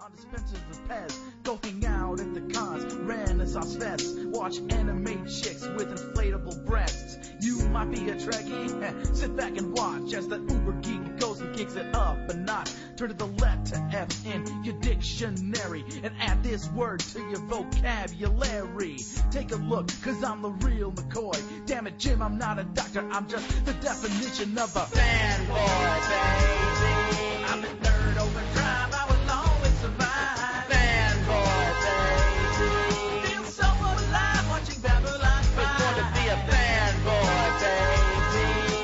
on dispensers of Pez, doking out at the cons, Renaissance fests. Watch anime chicks with inflatable breasts. You might be a Trekkie, sit back and watch as the Uber geek goes and kicks it up a notch. Turn to the letter F in your dictionary and add this word to your vocabulary. Take a look, cause I'm the real McCoy. Damn it, Jim, I'm not a doctor, I'm just the definition of a fanboy, baby. I'm a nerd over crime. I will always survive. Fanboy, baby. Feel so alive watching Babylon 5. It's going to be a fanboy, baby.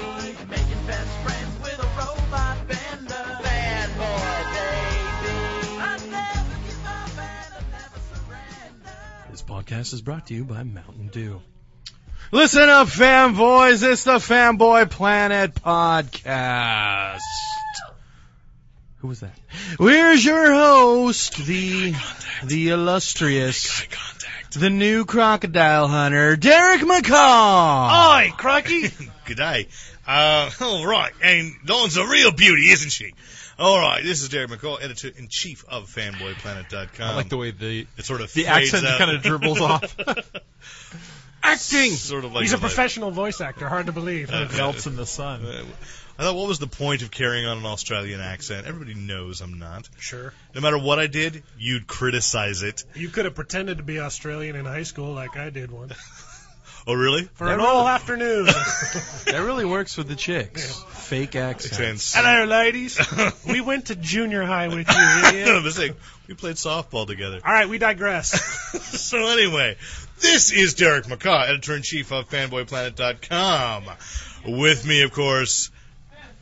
Making best friends with a robot bender. Fanboy, baby. I never give up and I never surrender. This podcast is brought to you by Mountain Dew. Listen up, fanboys. It's the Fanboy Planet Podcast. Who was that? Where's your host, the the illustrious, contact. the new crocodile hunter, Derek Oh, McCall. Hi, Crocky. Good day. Uh, all right, and Dawn's a real beauty, isn't she? All right, this is Derek McCall, editor in chief of FanboyPlanet.com. I like the way the it sort of the fades accent out. kind of dribbles off. acting. Sort of like He's a like- professional voice actor. Hard to believe. Uh, Melts in the sun. uh, I thought, what was the point of carrying on an Australian accent? Everybody knows I'm not. Sure. No matter what I did, you'd criticize it. You could have pretended to be Australian in high school, like I did once, Oh, really? for an whole afternoon. That really works with the chicks. Fake accent. Since- Hello, ladies. We went to junior high with you. No idiot. mistake. We played softball together. All right, we digress. so anyway, this is Derek McCaw, editor in chief of FanboyPlanet.com. With me, of course,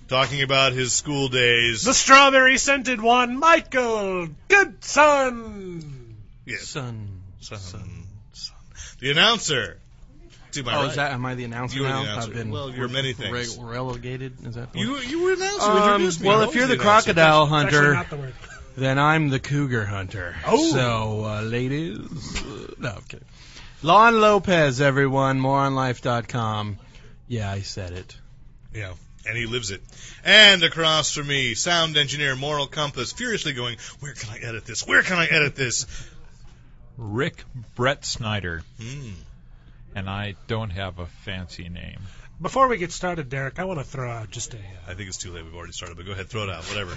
talking about his school days. The strawberry scented one, Michael Goodson. yes. Son. Son. Son. The announcer. To my Oh, right. is that? Am I the announcer You were the now? announcer. I've been Well, you're many things. Re- relegated. Is that? the you word? you were an announcer. You Um, introduced me. well, I if was you're the announcer. crocodile That's actually hunter, not the word. then I'm the cougar hunter. Oh. So, uh, ladies, uh, no, I'm kidding. Lon Lopez, everyone, moronlife.com. Yeah, I said it. Yeah. And he lives it. And across from me, sound engineer, moral compass, furiously going, Where can I edit this? Where can I edit this? Rick Brett Snyder, Hmm. and I don't have a fancy name. Before we get started, Derek, I want to throw out just a uh, I think it's too late. We've already started, but go ahead, throw it out, whatever.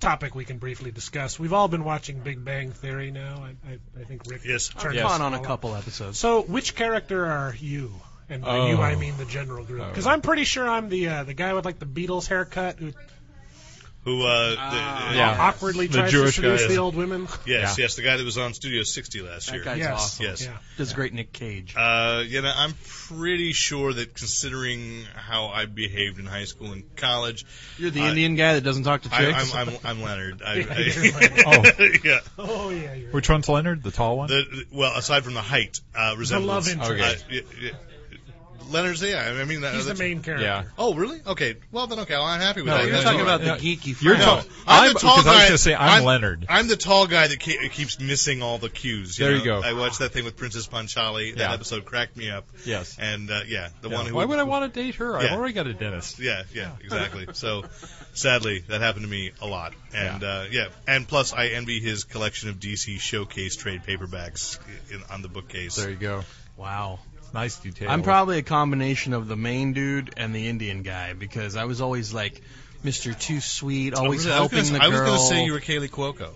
topic we can briefly discuss. We've all been watching Big Bang Theory now. I, I, I think Rick. Yes. turned I've us gone on a all couple episodes. So, which character are you? And by you, Oh. I mean the general group. Because I'm pretty sure I'm the uh, the guy with like the Beatles haircut who Who, uh, the, Yeah. awkwardly The tries Jewish to guy, seduce yeah. the old women. Yes, yes, the guy that was on Studio 60 last That year. guy's Yes. awesome. Yes. Yeah. Does great Nick Cage. Uh, you know, I'm pretty sure that considering how I behaved in high school and college, You're the I- Indian guy that doesn't talk to I, chicks. I'm, I'm, I'm Leonard. I, Yeah, I, you're Leonard. Oh. yeah. Oh yeah, you're. Which one's Leonard? The tall one? The, the- well, aside from the height, uh, resemblance. love interest. Uh, y- y- Leonard's, yeah. I mean, that, He's the that's- main character. Yeah. Oh, really? Okay. Well, then, okay. Well, I'm happy with No, that. you're That's talking all about right. the geeky. You're No, tall. I'm, I'm- the tall because guy. I was gonna say, I'm Leonard. I'm the tall guy that ke- keeps missing all the cues. You There you know? go. I watched that thing with Princess Panchali. That Yeah. episode cracked me up. Yes. And uh, yeah, the one who. Why would I want to date her? Yeah. I've already got a dentist. Yeah, yeah, exactly. so, sadly, that happened to me a lot. And uh, yeah, and plus, I envy his collection of DC Showcase trade paperbacks in, on the bookcase. There you go. wow. It's nice detail. I'm probably a combination of the main dude and the Indian guy because I was always like Mr. Too Sweet, I always was, I was helping gonna, the I was girl. gonna say you were Kaylee Cuoco.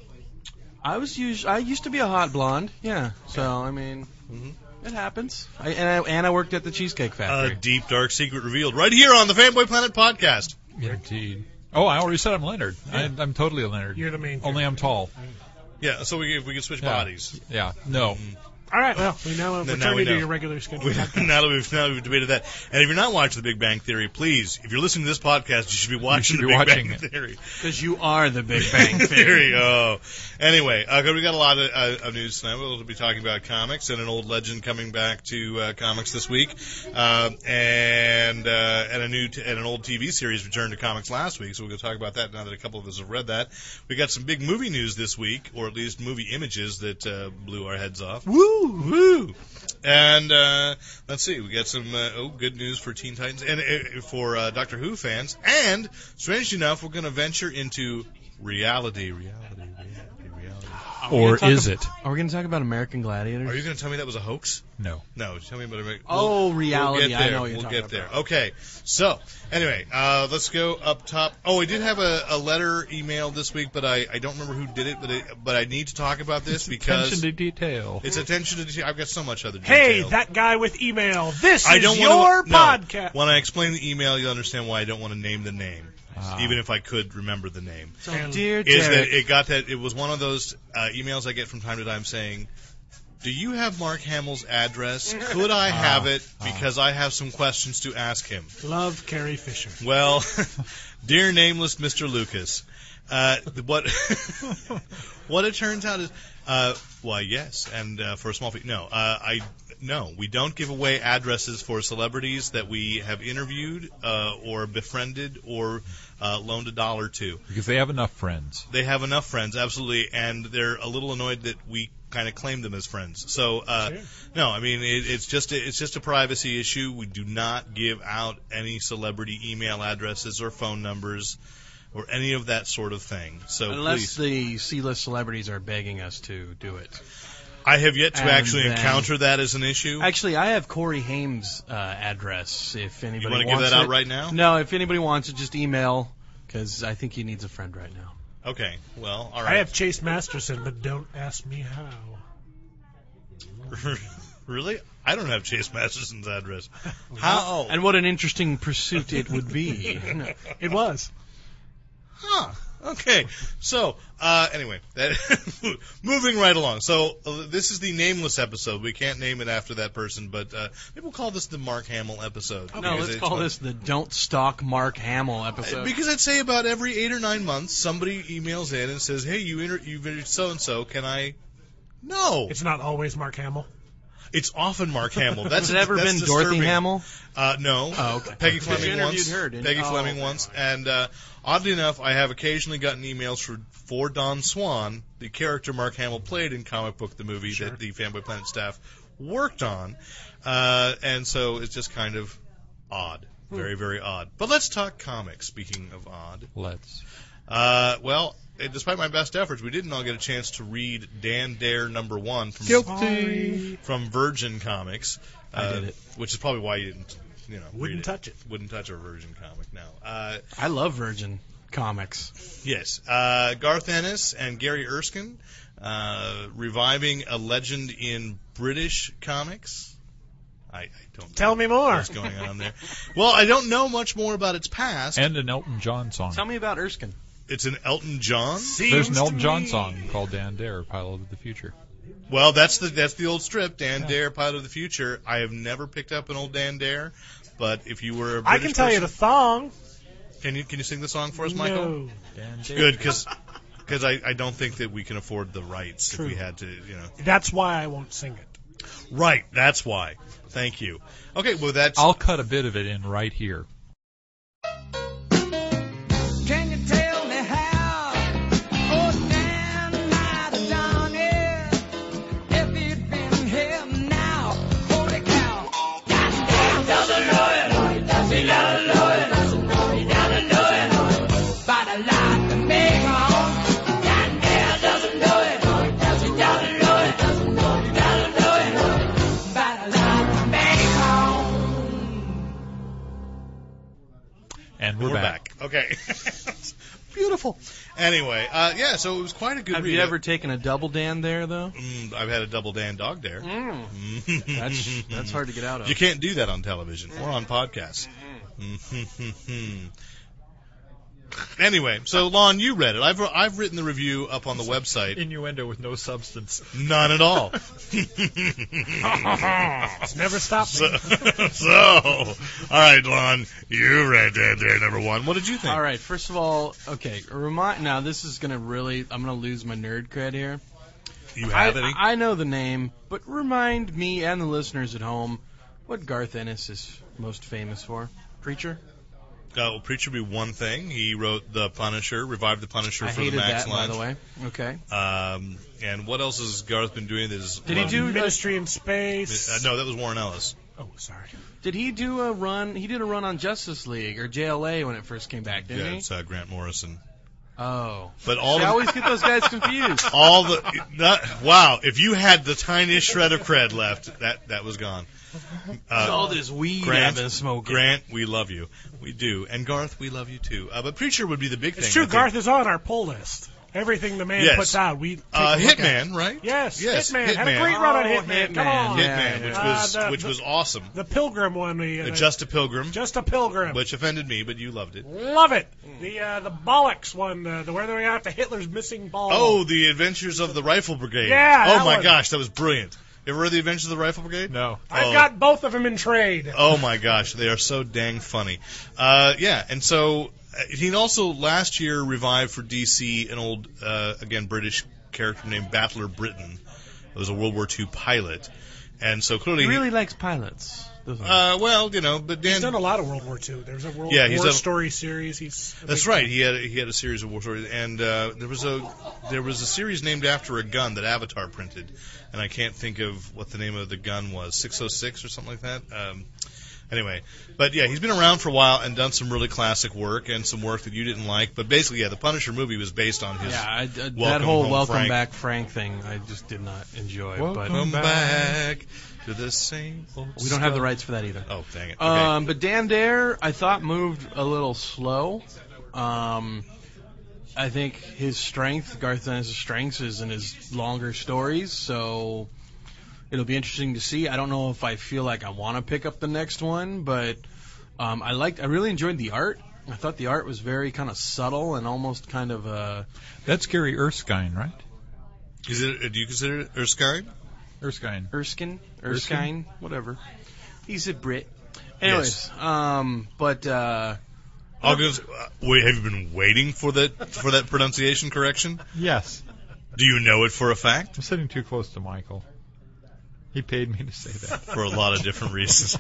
I was us- I used to be a hot blonde. Yeah. So I mean, Mm-hmm. it happens. I, and I and I worked at the Cheesecake A Factory. deep dark secret revealed right here on the Fanboy Planet podcast. Indeed. Oh, I already said I'm Leonard. I, I'm totally a Leonard. You're the main. Only I'm tall. Yeah, so we if we can switch Yeah. bodies. Yeah. No. All right. Well, we now have No, now returned we you to know. your regular schedule. We, now that we've now that we've debated that, and if you're not watching The Big Bang Theory, please, if you're listening to this podcast, you should be watching should be The Big watching Bang it. Theory. Because you are the Big Bang. Theory. Oh, anyway, uh, 'cause we got a lot of, uh, of news tonight. We'll be talking about comics and an old legend coming back to uh, comics this week, uh, and uh, and a new t- and an old TV series returned to comics last week. So we're going to talk about that now that a couple of us have read that. We got some big movie news this week, or at least movie images that uh, blew our heads off. Woo woo. And uh, let's see, we got some uh, oh, good news for Teen Titans and uh, for uh, Doctor Who fans. And strangely enough, we're going to venture into reality, reality, reality, reality. we or gonna talk is it? Are we going to talk about American Gladiators? Are you going to tell me that was a hoax? No. No, tell me about it. Oh, We'll reality. get I there. know what you're we'll talking get there. about. Okay. So, anyway, uh, let's go up top. Oh, I did have a, a letter emailed this week, but I, I don't remember who did it. But it, but I need to talk about this Attention because to detail. it's attention to detail. I've got so much other detail. Hey, that guy with email. This I is don't your want to, podcast. No, when I explain the email, you'll understand why I don't want to name the name, Ah. even if I could remember the name. So, dear Is that Derek, it got that? It was one of those uh, emails I get from time to time saying. Do you have Mark Hamill's address? Could I have it? Because I have some questions to ask him. Love Carrie Fisher. Well, dear nameless Mr. Lucas, uh, what what it turns out is, uh, why yes, and uh, for a small fee. No, uh, I no, we don't give away addresses for celebrities that we have interviewed uh, or befriended or uh, loaned a dollar to. Because they have enough friends. They have enough friends, absolutely, and they're a little annoyed that we kind of claim them as friends. So uh, Sure. no, I mean it, it's just a, it's just a privacy issue. We do not give out any celebrity email addresses or phone numbers or any of that sort of thing. So unless please, the C-list celebrities are begging us to do it. I have yet to and actually then- encounter that as an issue. Actually, I have Corey Haim's uh, address. If anybody you want to give wants that out it. right now? No, if anybody wants it, just email because I think he needs a friend right now. Okay. Well, all right. I have Chase Masterson, but don't ask me how. really? I don't have Chase Masterson's address. How? And what an interesting pursuit it would be. No. It was. Huh. Okay. So, uh, anyway, that, moving right along. So, uh, this is the nameless episode. We can't name it after that person, but uh, maybe we'll call this the Mark Hamill episode. No, because let's it's call uh, what- this the Don't Stalk Mark Hamill episode. Because I'd say about every eight or nine months, somebody emails in and says, "Hey, you inter- you interviewed so and so. Can I?" No, it's, It's not always Mark Hamill. often Mark Hamill. That's Has it ever that's been disturbing. Dorothy Hamill? Uh, no. Oh, okay. Peggy Because you Fleming interviewed once. her, didn't you? Peggy Oh, Fleming okay, once. And uh, oddly enough, I have occasionally gotten emails for, for Don Swan, the character Mark Hamill played in comic book the movie that the Fanboy Planet staff worked on. Uh, and so it's just kind of odd. Hmm. Very, very odd. But let's talk comics, speaking of odd. Let's. Uh, well, eh, despite my best efforts, we didn't all get a chance to read Dan Dare number one from Guilty. from Virgin Comics, uh, did it. which is probably why you didn't, you know, Wouldn't read touch it. Wouldn't touch a Virgin comic. No. Uh, I love Virgin comics. yes, uh, Garth Ennis and Gary Erskine uh, reviving a legend in British comics. I, I don't Tell know me more. what's going on there. Well, I don't know much more about its past. And an Elton John song. Tell me about Erskine. it's an Elton John. There's an Elton John song called Dan Dare, Pilot of the Future. Well, that's the that's the old strip, Dan Yeah. Dare, Pilot of the Future. I have never picked up an old Dan Dare, but if you were a British I can tell you the person- thong. can you can you sing the song for us, Michael? No. Dan Dare. Good, because I, I don't think that we can afford the rights True. if we had to, you know. That's why I won't sing it. Right, that's why. Thank you. Okay, well that's I'll cut a bit of it in right here. Can you tell me how? Oh, stand by the dawn If you'd been here now, holy cow. Goddamn, doesn't know it. She doesn't know it. She doesn't know it. But I like to make her own. Goddamn, doesn't know it. She doesn't know it. She doesn't know it. But I like to make her own. And we're, we're back. Okay. Beautiful. Anyway, uh, yeah, so it was quite a good Have read. you ever taken a double Dan there though? Mm, I've had a double Dan dog dare. Mm. That's that's hard to get out of. You can't do that on television or on podcasts. Mm-hmm. anyway, so Lon, you read it. I've I've written the review up on the website. Innuendo with no substance. None at all. It's never stopped me. so, so, all right, Lon, you read Dead Dare number one. What did you think? All right. First of all, okay. Remind now. This is gonna really. I'm gonna lose my nerd cred here. You I, have any? I know the name, but remind me and the listeners at home what Garth Ennis is most famous for. Preacher. Uh, well, Preacher be one thing. He wrote The Punisher, revived The Punisher I for the hated Max that, line. by the way. Okay. Um, and what else has Garth been doing? That is Did he do- Ministry in Uh, Space. no, that was Warren Ellis. Oh, sorry. Did he do a run? He did a run on Justice League or JLA when it first came back, didn't yeah, he? it's uh, Grant Morrison. Oh. But all I the, always get those guys confused. all the not, wow, if you had the tiniest shred of cred left, that that was gone. Uh, all this weed I've Grant, been smoking. Grant, we love you. We do. And Garth, we love you too. Uh, but Preacher would be the big thing. It's true. I think. Garth is on our poll list. Everything the man Yes. puts out, we take Uh, a look at. Hitman, right? Yes, Yes, Hitman. Had a Hitman. great run on Oh, Hitman. Come Hitman. on. Hitman, Yeah, which yeah. was Uh, the- which the- was awesome. The Pilgrim one. The, Uh, the- Just a Pilgrim, Just a Pilgrim. which offended me, but you loved it. Love it. The uh, the bollocks one. The, the where they were after Hitler's missing ball. Oh, The Adventures of the Rifle Brigade. Yeah, Oh that my one. gosh, that was brilliant. You ever read The Adventures of the Rifle Brigade? No. I've oh. got both of them in trade. Oh my gosh, they are so dang funny. Uh, yeah, and so uh, he also last year revived for DC an old, uh, again British character named Battler Britain. It was a World War II pilot, and so clearly, He really likes pilots. doesn't he? uh, well, you know, but He's Dan, done a lot of World War II. There's a World Yeah, he's War done- story series. He's a that's big- right. He had he had a series of war stories, and uh, there was a there was a series named after a gun that Avatar printed, and I can't think of what the name of the gun was, 606 or something like that. Um, anyway, but yeah, he's been around for a while and done some really classic work and some work that you didn't like. But basically, yeah, the Punisher movie was based on his yeah, I, I- that Welcome whole home, welcome Frank. back Frank thing, I just did not enjoy. Welcome "Come back. back to the same." Old But we don't have the stuff." rights for that either. Oh dang it! Okay. Um, but Dan Dare, I thought moved a little slow. Um, I think his strength, Garth Ennis' strengths, is in his longer stories. So it'll be interesting to see. I don't know if I feel like I want to pick up the next one, but um, I liked. I really enjoyed the art. I thought the art was very kind of subtle and almost kind of uh, That's Gary Erskine, right? Is it? uh, Do you consider it Erskine? Erskine. Erskine, Erskine? Erskine, whatever. He's a Brit. Anyways, um, but uh, I'll go. uh, Wait, have you been waiting for that for that pronunciation correction? Yes. Do you know it for a fact? I'm sitting too close to Michael. He paid me to say that. for a lot of different reasons.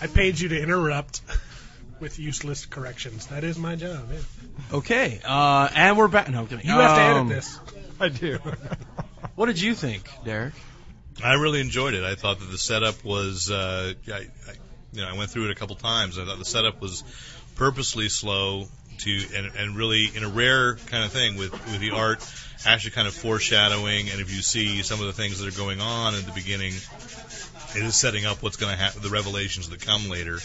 I paid you to interrupt with useless corrections. That is my job. Yeah. okay, uh, and we're back. No, I'm kidding. You have to Um, edit this. I do. What did you think, Derek? I really enjoyed it. I thought that the setup was, uh, I, I, you know, I went through it a couple times. I thought the setup was purposely slow to, and, and really in a rare kind of thing with, with the art actually kind of foreshadowing. And if you see some of the things that are going on at the beginning, it is setting up what's going to happen, the revelations that come later.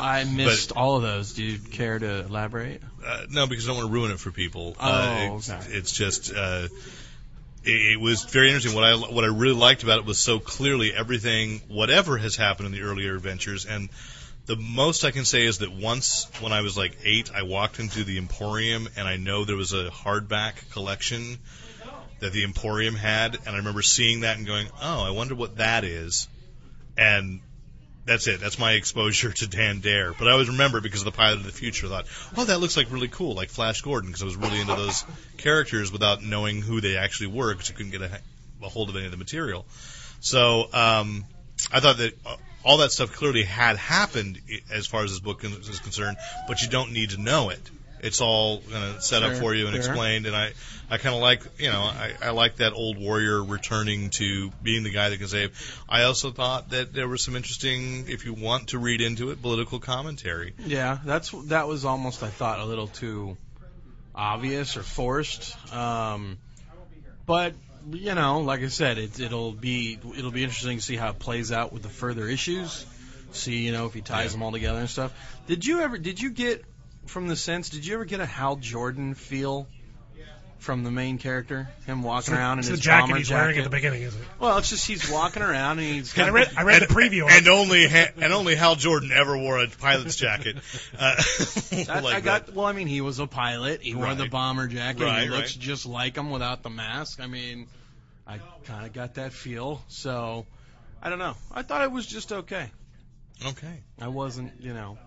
I missed all of those. Do you care to elaborate? Uh, no, because I don't want to ruin it for people. Oh, uh, it's, okay. it's just uh, it, it was very interesting. What I what I really liked about it was so clearly everything, whatever has happened in the earlier adventures, and the most I can say is that once when I was like eight, I walked into the Emporium, and I know there was a hardback collection that the Emporium had, and I remember seeing that and going, "Oh, I wonder what that is," and that's it. That's my exposure to Dan Dare. But I always remember because of the pilot of the future. I thought, oh, that looks like really cool, like Flash Gordon, because I was really into those characters without knowing who they actually were, because I couldn't get a, a hold of any of the material. So um, I thought that uh, all that stuff clearly had happened i- as far as this book is is concerned, but you don't need to know it. It's all kind of set up Fair, for you and fair. explained, and I, I kind of like, you know, I, I like that old warrior returning to being the guy that can save. I also thought that there was some interesting, if you want to read into it, political commentary. Yeah, that's that was almost I thought a little too obvious or forced. Um, but you know, like I said, it, it'll be it'll be interesting to see how it plays out with the further issues. See, you know, if he ties Yeah. them all together and stuff. Did you ever? Did you get from the sense? Did you ever get a Hal Jordan feel? From the main character, him walking around in it's his the jacket bomber he's jacket. wearing at the beginning, isn't it? Well, it's just he's walking around and he's got I read, I read and, the preview. on and it. only ha- and only Hal Jordan ever wore a pilot's jacket. Uh, That, like I got. Well, I mean, he was a pilot. He wore Right. the bomber jacket. Right, he looks right. just like him without the mask. I mean, I kind of got that feel. So, I don't know. I thought it was just okay. that. Okay. I wasn't, you know,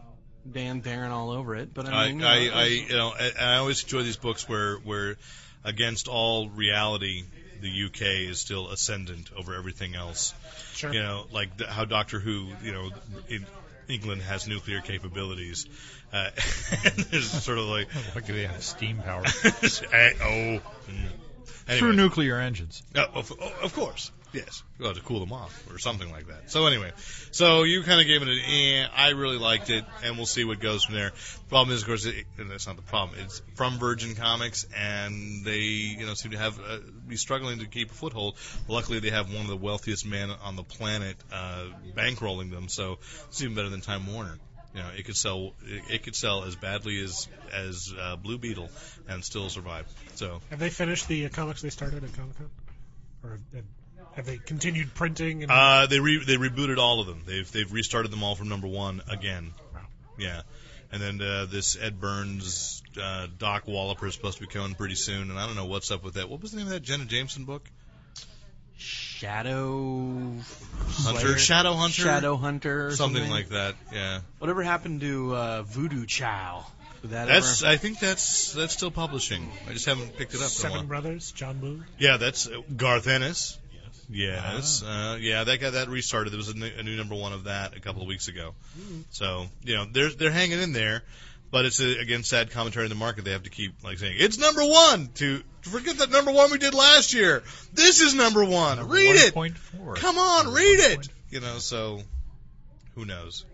Dan Darren all over it. But I I, mean, you know, I, I, it was- you know, I, I always enjoy these books where, where against all reality, the UK is still ascendant over everything else. Sure. You know, like the, how Doctor Who, you know, in England has nuclear capabilities. Uh, and there's sort of like, What do they have? Steam power. eh, oh. mm. Anyway, True nuclear engines. uh, of, of course. Yes, well, to cool them off or something like that. So anyway, so you kind of gave it an eh. I really liked it, and we'll see what goes from there. Problem is, of course, it, and that's not the problem. It's from Virgin Comics, and they you know seem to have uh, be struggling to keep a foothold. Luckily, they have one of the wealthiest men on the planet uh, bankrolling them, so it's even better than Time Warner. You know, it could sell it, it could sell as badly as as uh, Blue Beetle and still survive. So Have they finished the uh, comics they started at Comic Con, or have, have- have they continued printing? And, Uh, they re- they rebooted all of them. They've they've restarted them all from number one again. Yeah, and then uh, this Ed Burns, uh, Doc Walloper is supposed to be coming pretty soon, and I don't know what's up with that. What was the name of that Jenna Jameson book? Shadow Hunter, Shadow Hunter, Shadow Hunter, or something, something, like that. Yeah, Whatever happened to uh, Voodoo Chow? Did that that's ever- I think that's that's still publishing. I just haven't picked it up. in a Seven while. Brothers, John Woo. Yeah, that's uh, Garth Ennis. Yes. Uh, yeah, that got that restarted. There was a new, a new number one of that a couple of weeks ago. So you know they're they're hanging in there, but it's a, again sad commentary in the market. They have to keep like saying it's number one to forget that number one we did last year. This is number one. read it. 1.4. Come on, read it. 1.4. You know, so who knows?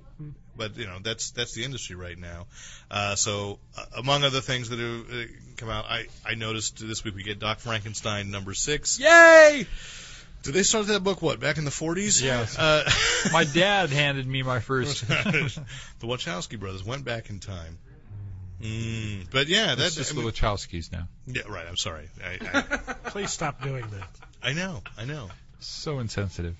But you know, that's that's the industry right now. Uh, so uh, among other things that have uh, come out, I I noticed this week we get Doc Frankenstein number six. Yay! Did they start that book what back in the forties? Yes. Uh, My dad handed me my first. the Wachowski brothers went back in time. Mm, but yeah, that's That's just the Wachowskis now. yeah, right. I'm sorry. I, Please stop doing that. I, I know. I know. So insensitive.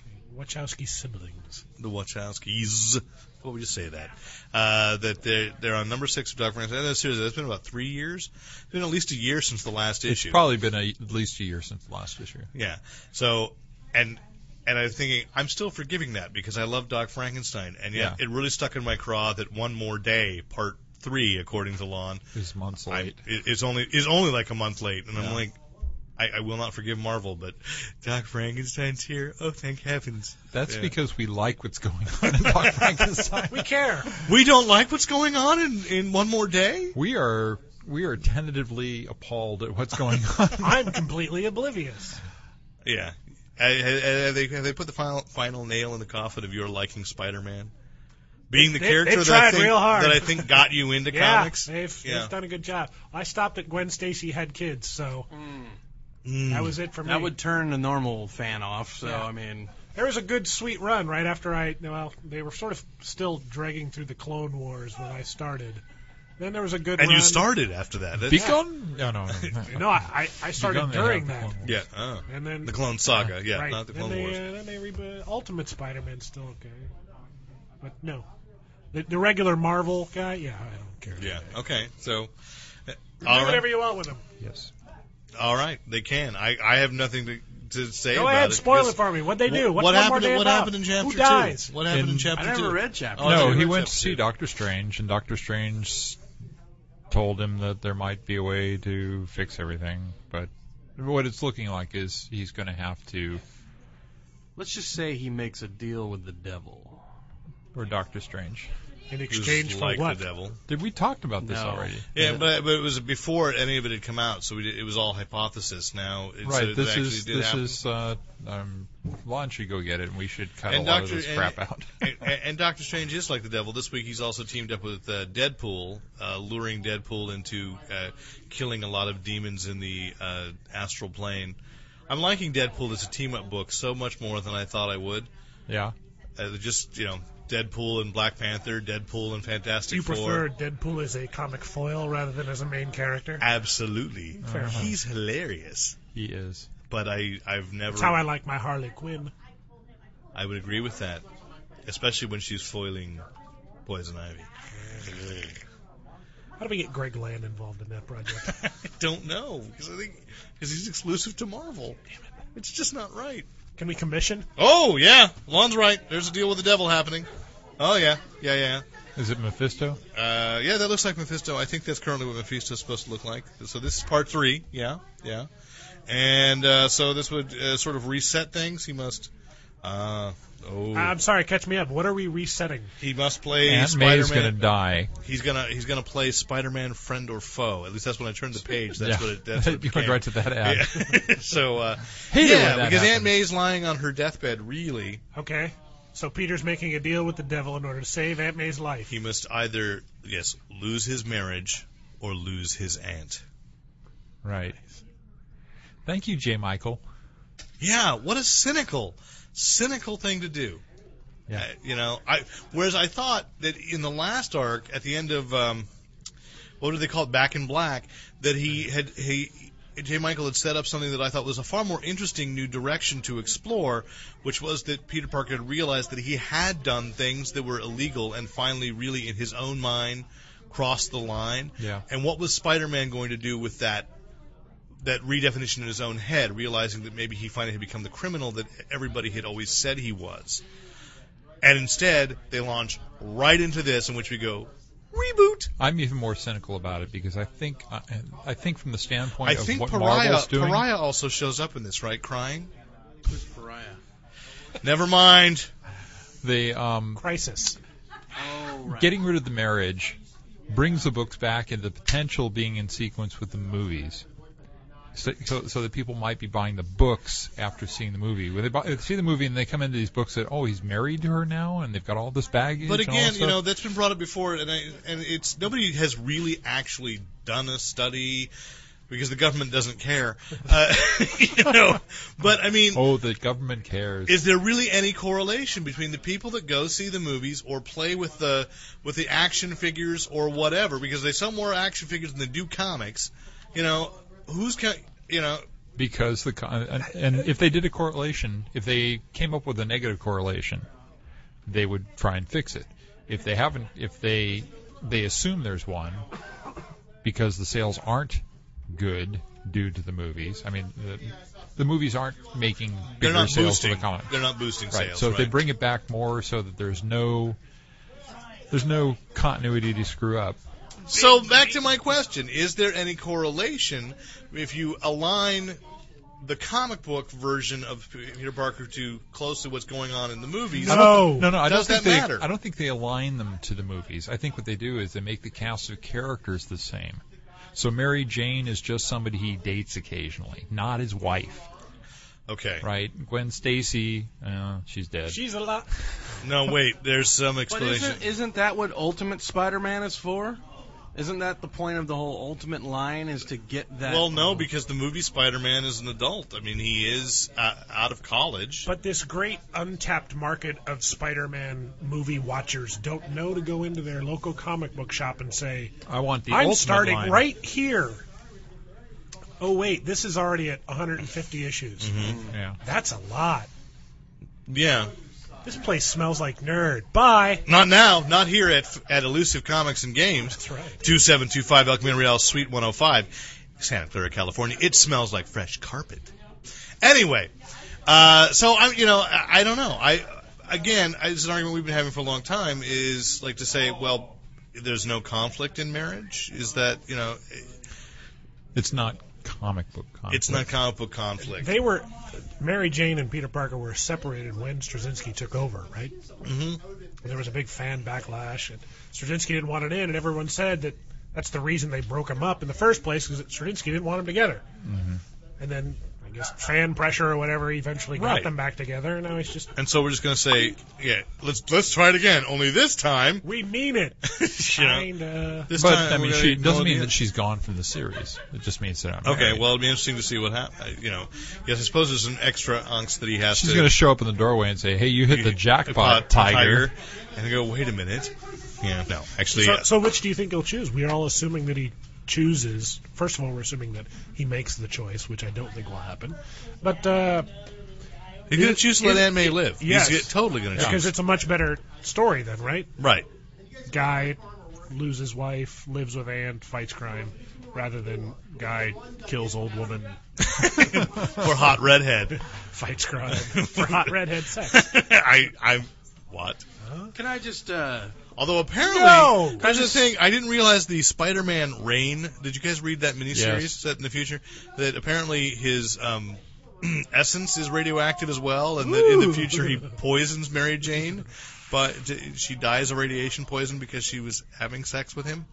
Wachowski siblings. The Wachowskis. What would you say that? Uh, that they're they're on number six of Doc Frankenstein. That's seriously. That's been about three years. It's been at least a year since the last It's issue. probably been a, at least a year since the last issue. Yeah. So and and I'm thinking I'm still forgiving that because I love Doc Frankenstein, and yet it really stuck in my craw that one more day, part three, according to Lon, It was months I'm- late. it- it's only it's only like a month late, and Yeah. I'm like. I, I will not forgive Marvel, but Doc Frankenstein's here. Oh, thank heavens! That's Yeah. because we like what's going on in Doc Frankenstein. We care. We don't like what's going on in, in one more day. We are we are tentatively appalled at what's going on. I'm completely oblivious. Yeah, I, I, I- they they put the final final nail in the coffin of your liking Spider-Man, being the They- character they've that I tried think real hard. that I think got you into Yeah, comics. They've, Yeah. they've done a good job. I stopped at Gwen Stacy had kids, so Mm. that was it for me. Hmm. that would turn a normal fan off. So Yeah. I mean, There was a good sweet run right after I. Well, they were sort of still dragging through the Clone Wars when I started. Then there was a good and run. you started after that. That's- Beacon? No, no, no. No, I, I I started Beacon, they during have the that. Clone Wars. Yeah, oh. And then the Clone Saga. Yeah, right. not the then Clone they, Wars. Uh, then they rebo- Ultimate Spider-Man's still okay, but no, the, the regular Marvel guy. Yeah, I don't care. Yeah. Okay. So. uh, Do All right. whatever you want with him. Yes. All right. They can. I, I have nothing to, to say Go about ahead, it. spoil because- it for me. What they do? Wh- What's What one happened? more in- day what about? happened in chapter Who dies? two? What happened in, In- chapter I never two? read chapter. Oh, two. no, so he it's went up to see to- Doctor Strange, and Doctor Strange told him that there might be a way to fix everything, but what it's looking like is he's going to have to, Let's just say he makes a deal with the devil. or Doctor Strange. In He was exchange for like what? the devil. Did we talked about this No. already? Yeah, but, but it was before any of it had come out, so we did, it was all hypothesis. Now, it's, Right. it This actually is did this happen. is. Uh, um, why don't you go get it? And we should cut And a lot Doctor- of this and- crap out. and, and- and Doctor Strange is like the devil. This week he's also teamed up with uh, Deadpool, uh, luring Deadpool into uh, killing a lot of demons in the uh, astral plane. I'm liking Deadpool as a team up book so much more than I thought I would. yeah. Uh, they're just you know, Deadpool and Black Panther, Deadpool and Do Fantastic you Four. prefer Deadpool as a comic foil rather than as a main character? Absolutely, Fair enough. he's hilarious. He is. But I, I've never. That's how I like my Harley Quinn. I would agree with that, especially when she's foiling Poison Ivy. How do we get Greg Land involved in that project? I don't know because I think because he's exclusive to Marvel. It's just not right. Can we commission? Oh yeah, Lon's right. There's a deal with the devil happening. Oh yeah, yeah yeah. Is it Mephisto? Uh, yeah, that looks like Mephisto. I think that's currently what Mephisto's supposed to look like. So this is part three. Yeah, yeah. And uh, so this would uh, sort of reset things. He must. Uh, Oh, I'm sorry, catch me up. What are we resetting? he must play Aunt Spider-Man. May's gonna die. He's gonna he's gonna play Spider-Man friend or foe. At least that's when I turned the page. That's yeah. what it, that's what it you went became. right to that ad. Yeah. so uh, Hated when yeah, that because Aunt happened. May's lying on her deathbed. Really, Okay. So Peter's making a deal with the devil in order to save Aunt May's life. he must either yes lose his marriage or lose his aunt. Right. Thank you, J. Michael. Yeah, what a cynical, cynical thing to do. Yeah. Uh, you know, I whereas I thought that in the last arc at the end of um, what do they call it, Back in Black, that he had he. J. Michael had set up something that I thought was a far more interesting new direction to explore, which was that Peter Parker had realized that he had done things that were illegal and finally, really, in his own mind, crossed the line. Yeah. And what was Spider-Man going to do with that that redefinition in his own head, realizing that maybe he finally had become the criminal that everybody had always said he was. And instead, they launch right into this, in which we go reboot. I'm even more cynical about it because I think I, I think from the standpoint I of think what Pariah, Marvel's doing. Pariah also shows up in this, right? Crying. Never mind. the um, Crisis. Oh, right. getting rid of the marriage brings the books back and the potential being in sequence with the movies. So, so, so that people might be buying the books after seeing the movie. When they buy, see the movie and they come into these books that oh he's married to her now and they've got all this baggage. But and all again, this you know stuff. that's been brought up before, and I, and it's nobody has really actually done a study because the government doesn't care. Uh, you know, but I mean, oh the government cares. is there really any correlation between the people that go see the movies or play with the with the action figures or whatever because they sell more action figures than they do comics you know who's co- you know because the con- and, and if they did a correlation, if they came up with a negative correlation, they would try and fix it. If they haven't, if they they assume there's one because the sales aren't good due to the movies. I mean, the, the movies aren't making they're bigger not sales boosting for the comic. they're not boosting Right. sales so if right they bring it back more, so that there's no there's no continuity to screw up. So back to my question: Is there any correlation if you align the comic book version of Peter Parker to close to what's going on in the movies? No. No, no, I Oh. Does don't think that they, matter? I don't think they align them to the movies. I think what they do is they make the cast of characters the same. So Mary Jane is just somebody he dates occasionally, not his wife, Okay. right? Gwen Stacy, uh, she's dead. She's a lot. No, wait. There's some But explanation. isn't, isn't that what Ultimate Spider-Man is for? Isn't that the point of the whole Ultimate line is to get that? Well, no, because the movie Spider-Man is an adult. I mean, he is uh, out of college. But this great untapped market of Spider-Man movie watchers don't know to go into their local comic book shop and say, I want the "I'm ultimate starting line. right here." Oh wait, this is already at 150 issues. Yeah. That's a lot. Mm-hmm. Yeah, This place smells like nerd. Bye. not now, not here at at Elusive Comics and Games, That's right. two seven two five El Camino Real, Suite one hundred five, Santa Clara, California. It smells like fresh carpet. Anyway, uh, so I, you know, I, I don't know. I again, I, it's an argument we've been having for a long time. Is like to say, well, there's no conflict in marriage. Is that you know, It's not comic book comic. it's not comic book conflict. They were Mary Jane and Peter Parker were separated when Straczynski took over, right? hmm There was a big fan backlash, and Straczynski didn't want it in, and everyone said that that's the reason they broke him up in the first place because Straczynski didn't want them together. Mm-hmm. And then I guess fan pressure or whatever eventually got Right. them back together, and now it's just And so we're just gonna say, yeah, let's let's try it again. Only this time, we mean it, you know, kinda. this But time I mean, we're she gonna it doesn't ignore mean the- that she's gone from the series. It just means that I'm Okay, married. well, it'll be interesting to see what happens. You know, yes, I suppose there's an extra angst that he has she's to. going to show up in the doorway and say, "Hey, you hit the jackpot, tiger." And I go, wait a minute. Yeah, no, actually, So, yes. so which do you think he'll choose? We're all assuming that he chooses. First of all, we're assuming that he makes the choice, which I don't think will happen. But uh, he's going to choose to let is- Aunt May live. yes. he's get- totally going to because choose. it's a much better story then, right? Right. guy loses wife, lives with aunt, fights crime, rather than guy kills old woman, Or hot redhead. fights crime for hot redhead sex. I, I'm what? Can I just? Uh, Although apparently, No! here's the thing. I didn't realize the Spider-Man Rain. Did you guys read that miniseries set in the future? That apparently his um, essence is radioactive as well, and that in the future he poisons Mary Jane, but she dies of radiation poison because she was having sex with him.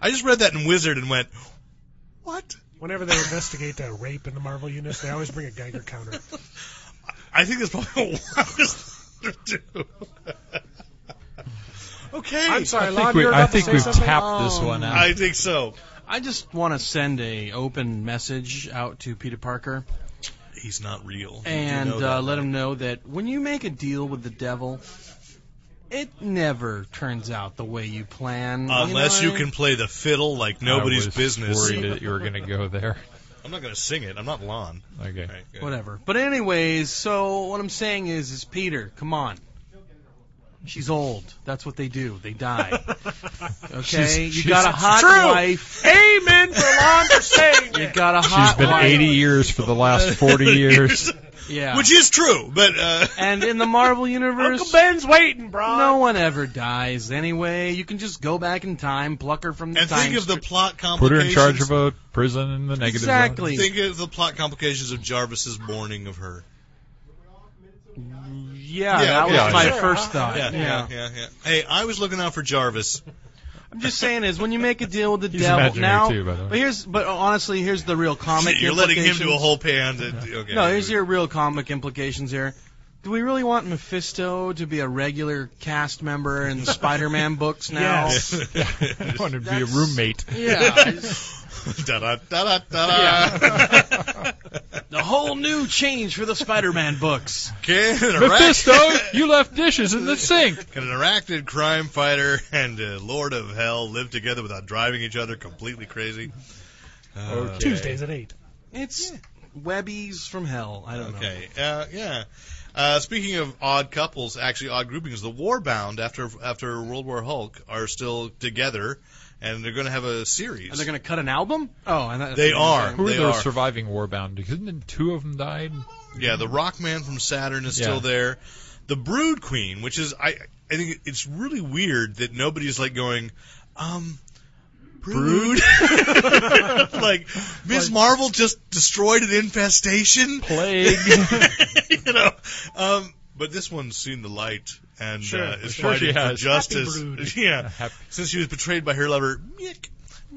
I just read that in Wizard and went, what? Whenever they investigate a rape in the Marvel universe, they always bring a Geiger counter. I think that's probably what I was to do. okay. I'm sorry, I Lon, think, we, you're I about to think say we've something? tapped this Um, one out. I think so. I just want to send a open message out to Peter Parker He's not real. and You know that, uh, let right? him know that when you make a deal with the devil, it never turns out the way you plan. know Unless what you I can play the fiddle like I nobody's was business. Worried that you were going to go there. I'm not going to sing it. I'm not Lon. Okay. All right, good. whatever. But anyways, so what I'm saying is, is Peter, come on. She's old. That's what they do. They die. Okay, you she's- got a hot True. wife. Amen for Lon for saying You that. got a She's hot been wife. 80 years for the last 40 years. Yeah. Which is true, but uh, and in the Marvel universe, Uncle Ben's waiting, bro. no one ever dies anyway. You can just go back in time, pluck her from the and time. think of the stri- plot Put her in complications. charge of a prison in the negative zone. exactly. Think of the plot complications of Jarvis's mourning of her. Yeah, Yeah, that was yeah, my sure. first thought. Yeah, Uh, Yeah, yeah, yeah, yeah. Hey, I was looking out for Jarvis. I'm just saying is when you make a deal with the He's devil imaginary now. too, by the way. But here's, but honestly, here's the real comic. You're letting him do a implications. whole pan. To, okay. No, here's your real comic implications here. Do we really want Mephisto to be a regular cast member in the Spider-Man books now? Yes. I want to be a That's- roommate. Yeah, it's da da da da da. a whole new change for the Spider-Man books. Can an Mephisto, Iraq- you left dishes in the sink. can an Iraqi crime fighter and a Lord of Hell live together without driving each other completely crazy? Oh, Uh, Tuesdays at eight. It's Webbies from hell. I don't know. Okay. Uh, yeah. Uh, speaking of odd couples, actually odd groupings, the Warbound after after World War Hulk are still together, and they're going to have a series. Are they going to cut an album? Oh, I thought- They are. Who are They those are. surviving warbound? Because then two of them died. yeah, the Rockman from Saturn is still Yeah. there. The Brood Queen, which is I I think it's really weird that nobody's like going, um. Brood, like Ms. Marvel just destroyed an infestation. Plague. you know. Um, but this one's seen the light and Sure, uh, is sure she fighting for has. justice. Happy brood. Yeah, Happy- since she was betrayed by her lover, Mick.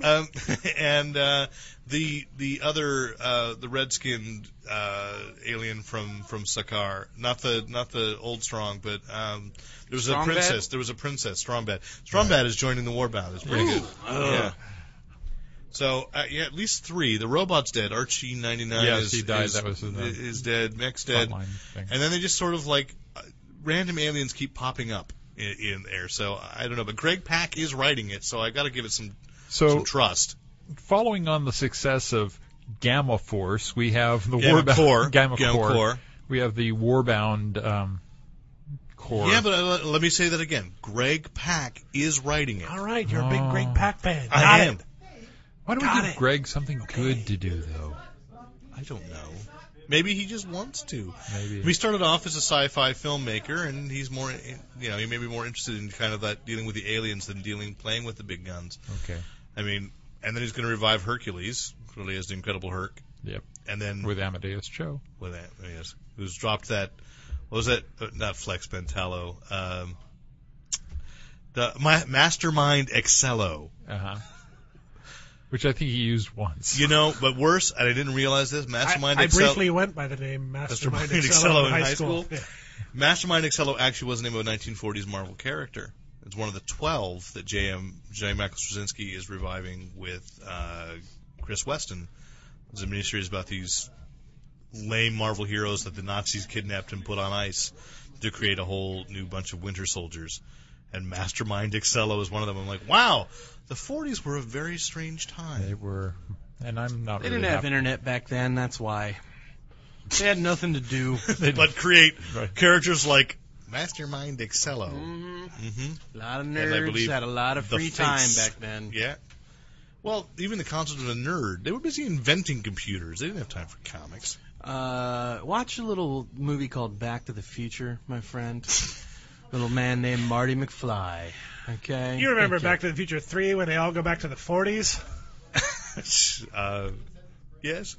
Um, and uh, the the other uh, the red skinned uh, alien from from Sakaar, not the not the old Strong, but um, there was Strongbad? a princess. There was a princess, Strongbad. Strongbad is joining the Warbound. It's pretty good. Yeah. So uh, yeah, at least three. The robot's dead. Archie ninety nine. Yes, is, he died. Is, That was in the- is dead. Mech's dead. Frontline thing. And then they just sort of like uh, random aliens keep popping up in, in there. So I don't know, but Greg Pack is writing it, so I got to give it some, So, some trust. following on the success of Gamma Force, we have the Gamma warbound Corps. Gamma, Gamma Corps. Corps. We have the warbound um, core. Yeah, but uh, let me say that again. Greg Pack is writing it. All right, you're a big, great Pac fan. I Got am. it. Why don't we Got give it. Greg something good to do though? I don't know. Maybe he just wants to. Maybe. He started off as a sci-fi filmmaker, and he's more, eh, you know, he may be more interested in kind of that dealing with the aliens than dealing playing with the big guns. Okay. I mean, and then he's going to revive Hercules, really as the Incredible Herc. Yep. And then With Amadeus Cho. with that, yes, who's dropped that? What was that? Uh, Not Flex Bentallo. Um, the my Mastermind Excello. Uh Uh-huh. huh. Which I think he used once. You know, but worse, and I didn't realize this. I, Mastermind I Excello. briefly went by the name Mastermind Mastermind Excello in high school. Yeah. Mastermind Excello actually was the name of a 1940s Marvel character. It's one of the 12 that J.M. J. Michael Straczynski is reviving with uh, Chris Weston. It's a miniseries about these lame Marvel heroes that the Nazis kidnapped and put on ice to create a whole new bunch of Winter Soldiers. And Mastermind Excello is one of them. I'm like, wow, the 40s were a very strange They time. were, and I'm not They really didn't have happy. internet back then. That's why. They had nothing to do. But create Right. characters like Mastermind Excello. hmm Mm-hmm. A lot of I nerds believe had a lot of the free time face. back then. Yeah. Well, even the concept of a nerd, they were busy inventing computers. They didn't have time for comics. Uh, watch a little movie called Back to the Future, my friend. little man named Marty McFly. Okay. You remember Thank Back to the Future 3 when they all go back to the 40s? uh, Yes.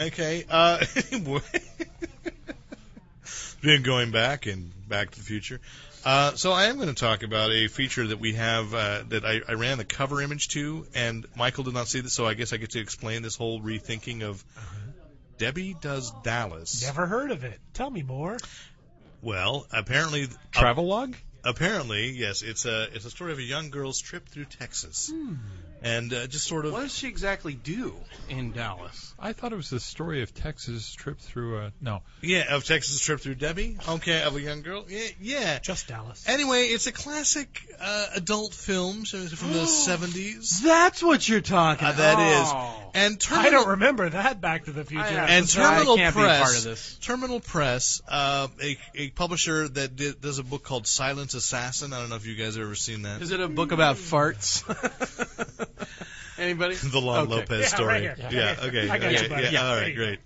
Okay. Uh, anyway. Been going back and back to the future. Uh, so I am going to talk about a feature that we have uh, that I, I ran the cover image to, and Michael did not see this, so I guess I get to explain this whole rethinking of Uh-huh. Debbie Does Dallas. Never heard of it. Tell me more. Well, apparently, Travelogue? apparently, yes, it's a it's a story of a young girl's trip through Texas, Hmm. and uh, just sort of What does she exactly do in Dallas? I thought it was the story of Texas trip through a no. yeah of Texas trip through Debbie. Okay, of a young girl. Yeah, yeah. Just Dallas. Anyway, it's a classic uh, adult film so it's from the 70s. That's what you're talking Uh, about. that is. And Terminal, Oh. I don't remember that Back to the Future. I have and to say, I Terminal can't Press- be part of this. Terminal Press, uh, a, a publisher that did, does a book called Silent Assassin. I don't know if you guys have ever seen that. Is it a book about farts? Anybody? the Lon Okay. Lopez Yeah, story. right here. yeah. Yeah. okay. I got okay, you, buddy. yeah, Yeah, all there right, you go. great.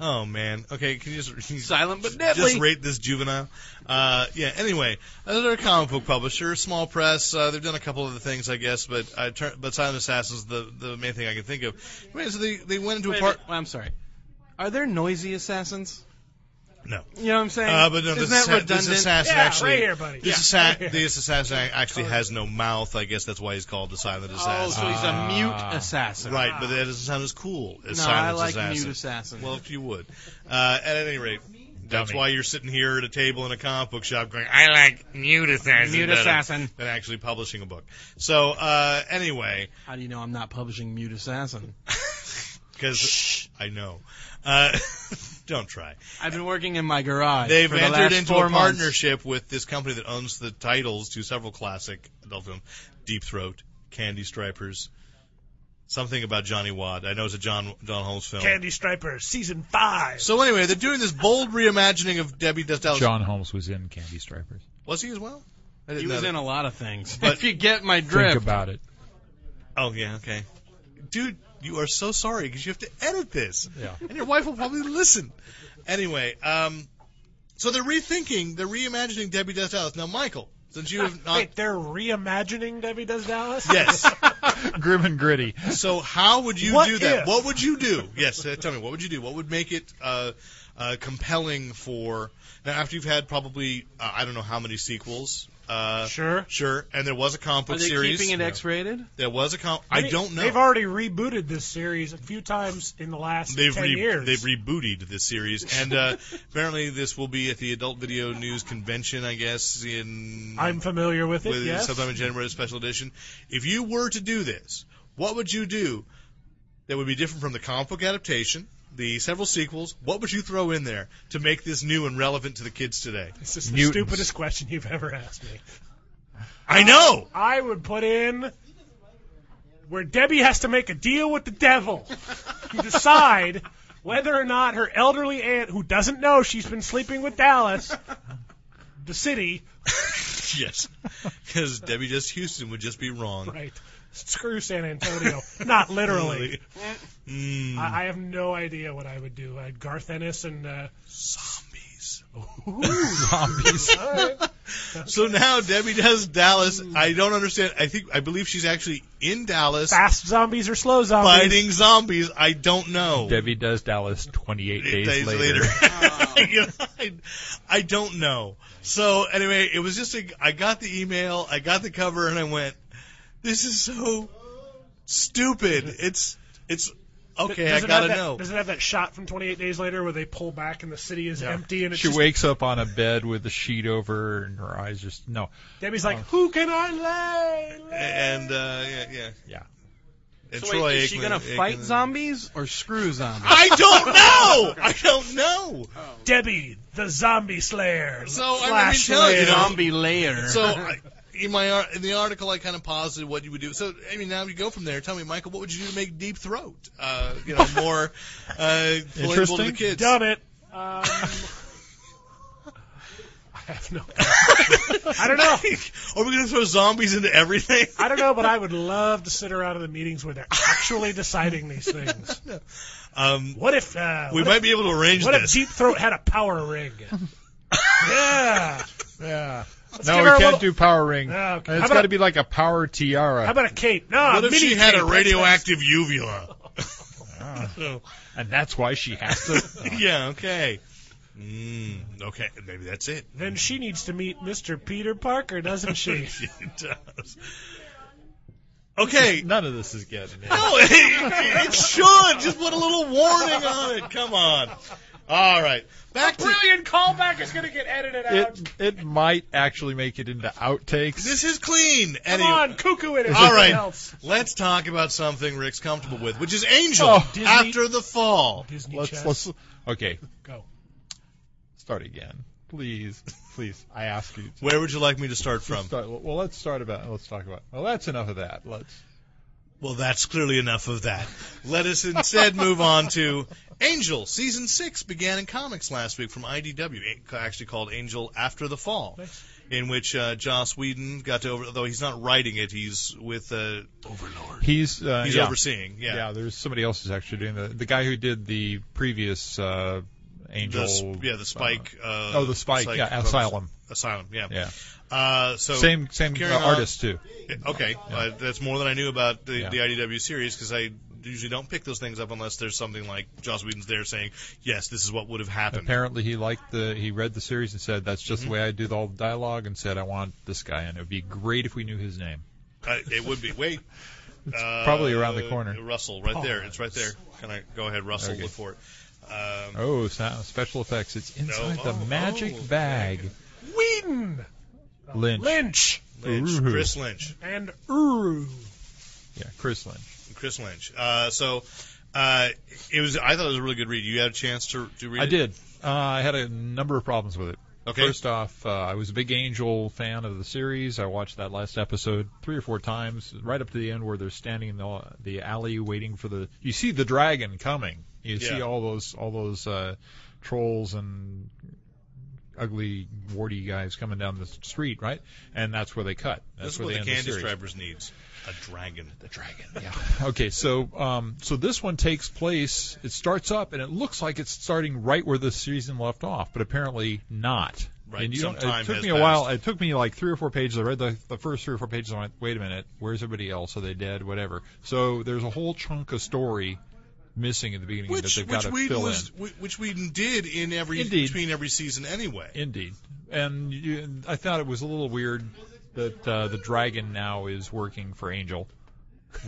Oh man. Okay, can you just Silent but just deadly. rate this juvenile. Uh, yeah. Anyway, uh, they're a comic book publisher, small press. Uh, they've done a couple of the things, I guess, but I turn, but Silent Assassin's the the main thing I can think of. Anyway, so they they went into Wait a a part. minute. I'm sorry. Are there noisy assassins? No. You know what I'm saying? Uh, but no, Isn't this, that assa- redundant? this assassin Yeah, actually. right here, buddy. This, Yeah, assa- right here. this assassin actually has no mouth. I guess that's why he's called the Silent oh, so Assassin. he's a Ah. mute assassin. right, Ah. but that doesn't sound as cool as No, Silent I like Assassin. mute assassins. Well, if you would. Uh, at any rate, that's Dummy. why you're sitting here at a table in a comic book shop going, I like mute assassin. Mute better assassin. Than actually publishing a book. So, uh, anyway, How do you know I'm not publishing mute assassin? because I know. Uh, don't try. I've been working in my garage. They've for the entered last into four a months. partnership with this company that owns the titles to several classic adult films Deep Throat, Candy Stripers, something about Johnny Wad. I know it's a John Don Holmes film. Candy Striper, Season 5. so, anyway, they're doing this bold reimagining of Debbie Does Dallas. John Holmes was in Candy Stripers. Was he as well? I didn't He know was that. in a lot of things. But- if you get my Think drift. about it. Oh yeah, okay. Dude, you are so sorry because you have to edit this, Yeah. and your wife will probably listen. Anyway, um, so they're rethinking, they're reimagining Debbie Does Dallas. Now, Michael, since you have not, Wait, they're reimagining Debbie Does Dallas? yes. Grim and gritty. So how would you What do that? if? What would you do? Yes, uh, tell me what would you do? What would make it uh, uh, compelling for now? After you've had probably uh, I don't know how many sequels. Uh, Sure. Sure, and there was a comic Are book they series. keeping it X-rated? There was a comic. I They- don't know. They've already rebooted this series a few times in the last They've 10 re- years. they've rebooted this series, and uh, apparently this will be at the Adult Video News Convention, I guess. In I'm familiar with it, with yes. sometime in January, a special edition. If you were to do this, what would you do that would be different from the comic book adaptation, the several sequels? What would you throw in there to make this new and relevant to the kids today? This is Mutants. the stupidest question you've ever asked me. I know. I would put in where Debbie has to make a deal with the devil to decide whether or not her elderly aunt, who doesn't know she's been sleeping with Dallas, the city, yes, because Debbie Just Houston would just be wrong. right? Screw San Antonio. Not literally. Mm, I, I have no idea what I would do. I'd Garth Ennis and uh, zombies. Zombies. all right. So now Debbie does Dallas. I don't understand. I think I believe she's actually in Dallas fast zombies or slow zombies. fighting zombies. I don't know. Debbie does Dallas 28 days, You know, I, I don't know. So anyway, it was just a. I got the email, I got the cover, and I went, "This is so stupid." It's it's okay. Does I it gotta have that- know. Does it have that shot from 28 Days Later where they pull back and the city is empty and it's She just, wakes up on a bed with a sheet over her and her eyes just no. Debbie's Oh. like, who can I lay? And uh, yeah, yeah, Yeah. And So Troy wait, is she Aikman- gonna fight Aikman- zombies or screw zombies? I don't know. I don't know. Debbie, the zombie slayer. So, I mean, Flash tell you, slayer. know, Zombie layer. So I, in my ar- in the article, I kind of posited what you would do. So I mean, now you go from there. Tell me, Michael, what would you do to make Deep Throat, uh, you know, more uh, relatable to the Interesting. kids? Done it. Um, I have no. I don't know. Are we going to throw zombies into everything? I don't know, but I would love to sit around in the meetings where they're actually deciding these things. Um, What if uh, we what might be able to arrange if, what if this. Deep Throat had a power ring? yeah. Yeah. give no, her a we can't little- do power ring. Uh, Ah, okay. How It's about got a- to be like a power tiara. How about a cape? No, What a if she mini had cape. a radioactive uvula? So, and that's why she has to. yeah, okay. Mm, okay, maybe that's it. Then she needs to meet Mr. Peter Parker, doesn't she? She does. Okay. None of this is getting it. No, it, it should. Just put a little warning on it. Come on. All right. Back to Brilliant callback is going to get edited out. It it might actually make it into outtakes. this is clean. Come Anyway, on, cuckoo it. All right. Else. Let's talk about something Rick's comfortable with, which is Angel Oh, Disney- after the fall. Disney Let's chess. let's okay. Go. Start again, please, please. I ask you. Where would you like me to start from? Start, well, let's start about. Let's talk about. Well, that's enough of that. Let's. Well, that's clearly enough of that. Let us instead move on to Angel. Season 6 began in comics last week from IDW, a- actually called Angel After the Fall, in which uh, Joss Whedon got to over, though he's not writing it, he's with uh, Overlord. He's uh, He's yeah. overseeing, yeah. there's somebody else who's actually doing the the guy who did the previous uh, The, Angel. s- yeah, the Spike. Uh, Uh, oh, the Spike. Psych- yeah, Asylum. Asylum, yeah. Yeah, Uh, so same same carrying uh, on. artist too. Okay, uh, that's more than I knew about the, Yeah. the IDW series because I usually don't pick those things up unless there's something like Joss Whedon's there saying, yes, this is what would have happened. Apparently, he liked the he read the series and said that's just Mm-hmm. the way I do all the dialogue and said I want this guy and it would be great if we knew his name. Uh, it would be. Wait. Uh, probably around the corner. Oh. Russell, right there. It's right there. Can I go ahead, Russell? Okay. Look for it. Um, Oh, so- special effects! It's inside No. the Oh, magic oh, bag. Whedon. Lynch. Lynch. Lynch, Ooh. Chris Lynch. And Uru. Yeah, Chris Lynch. Chris Lynch. Uh, so uh, it was. I thought it was a really good read. You had a chance to to read. I it? did. Uh, I had a number of problems with it. Okay. First off, uh, I was a big Angel fan of the series. I watched that last episode three or four times, right up to the end where they're standing in the, the alley waiting for the. You see the dragon coming. You Yeah. see all those all those uh, trolls and ugly warty guys coming down the street, right? And that's where they cut. That's That's where what they the end candy the series. strippers needs. A dragon. The dragon. Yeah. Okay, so um, so this one takes place. It starts up, and it looks like it's starting right where the season left off, but apparently not. Right, And you some don't- time it took has me a while. passed. It took me like three or four pages. I read the, the first three or four pages. and I went, wait a minute, where's everybody else? Are they dead? Whatever. So there's a whole chunk of story missing at the beginning Which that they've which got to Whedon fill was, whi- which Whedon did in every Indeed. between every season anyway. in. Indeed. And you, I thought it was a little weird that uh, the dragon now is working for Angel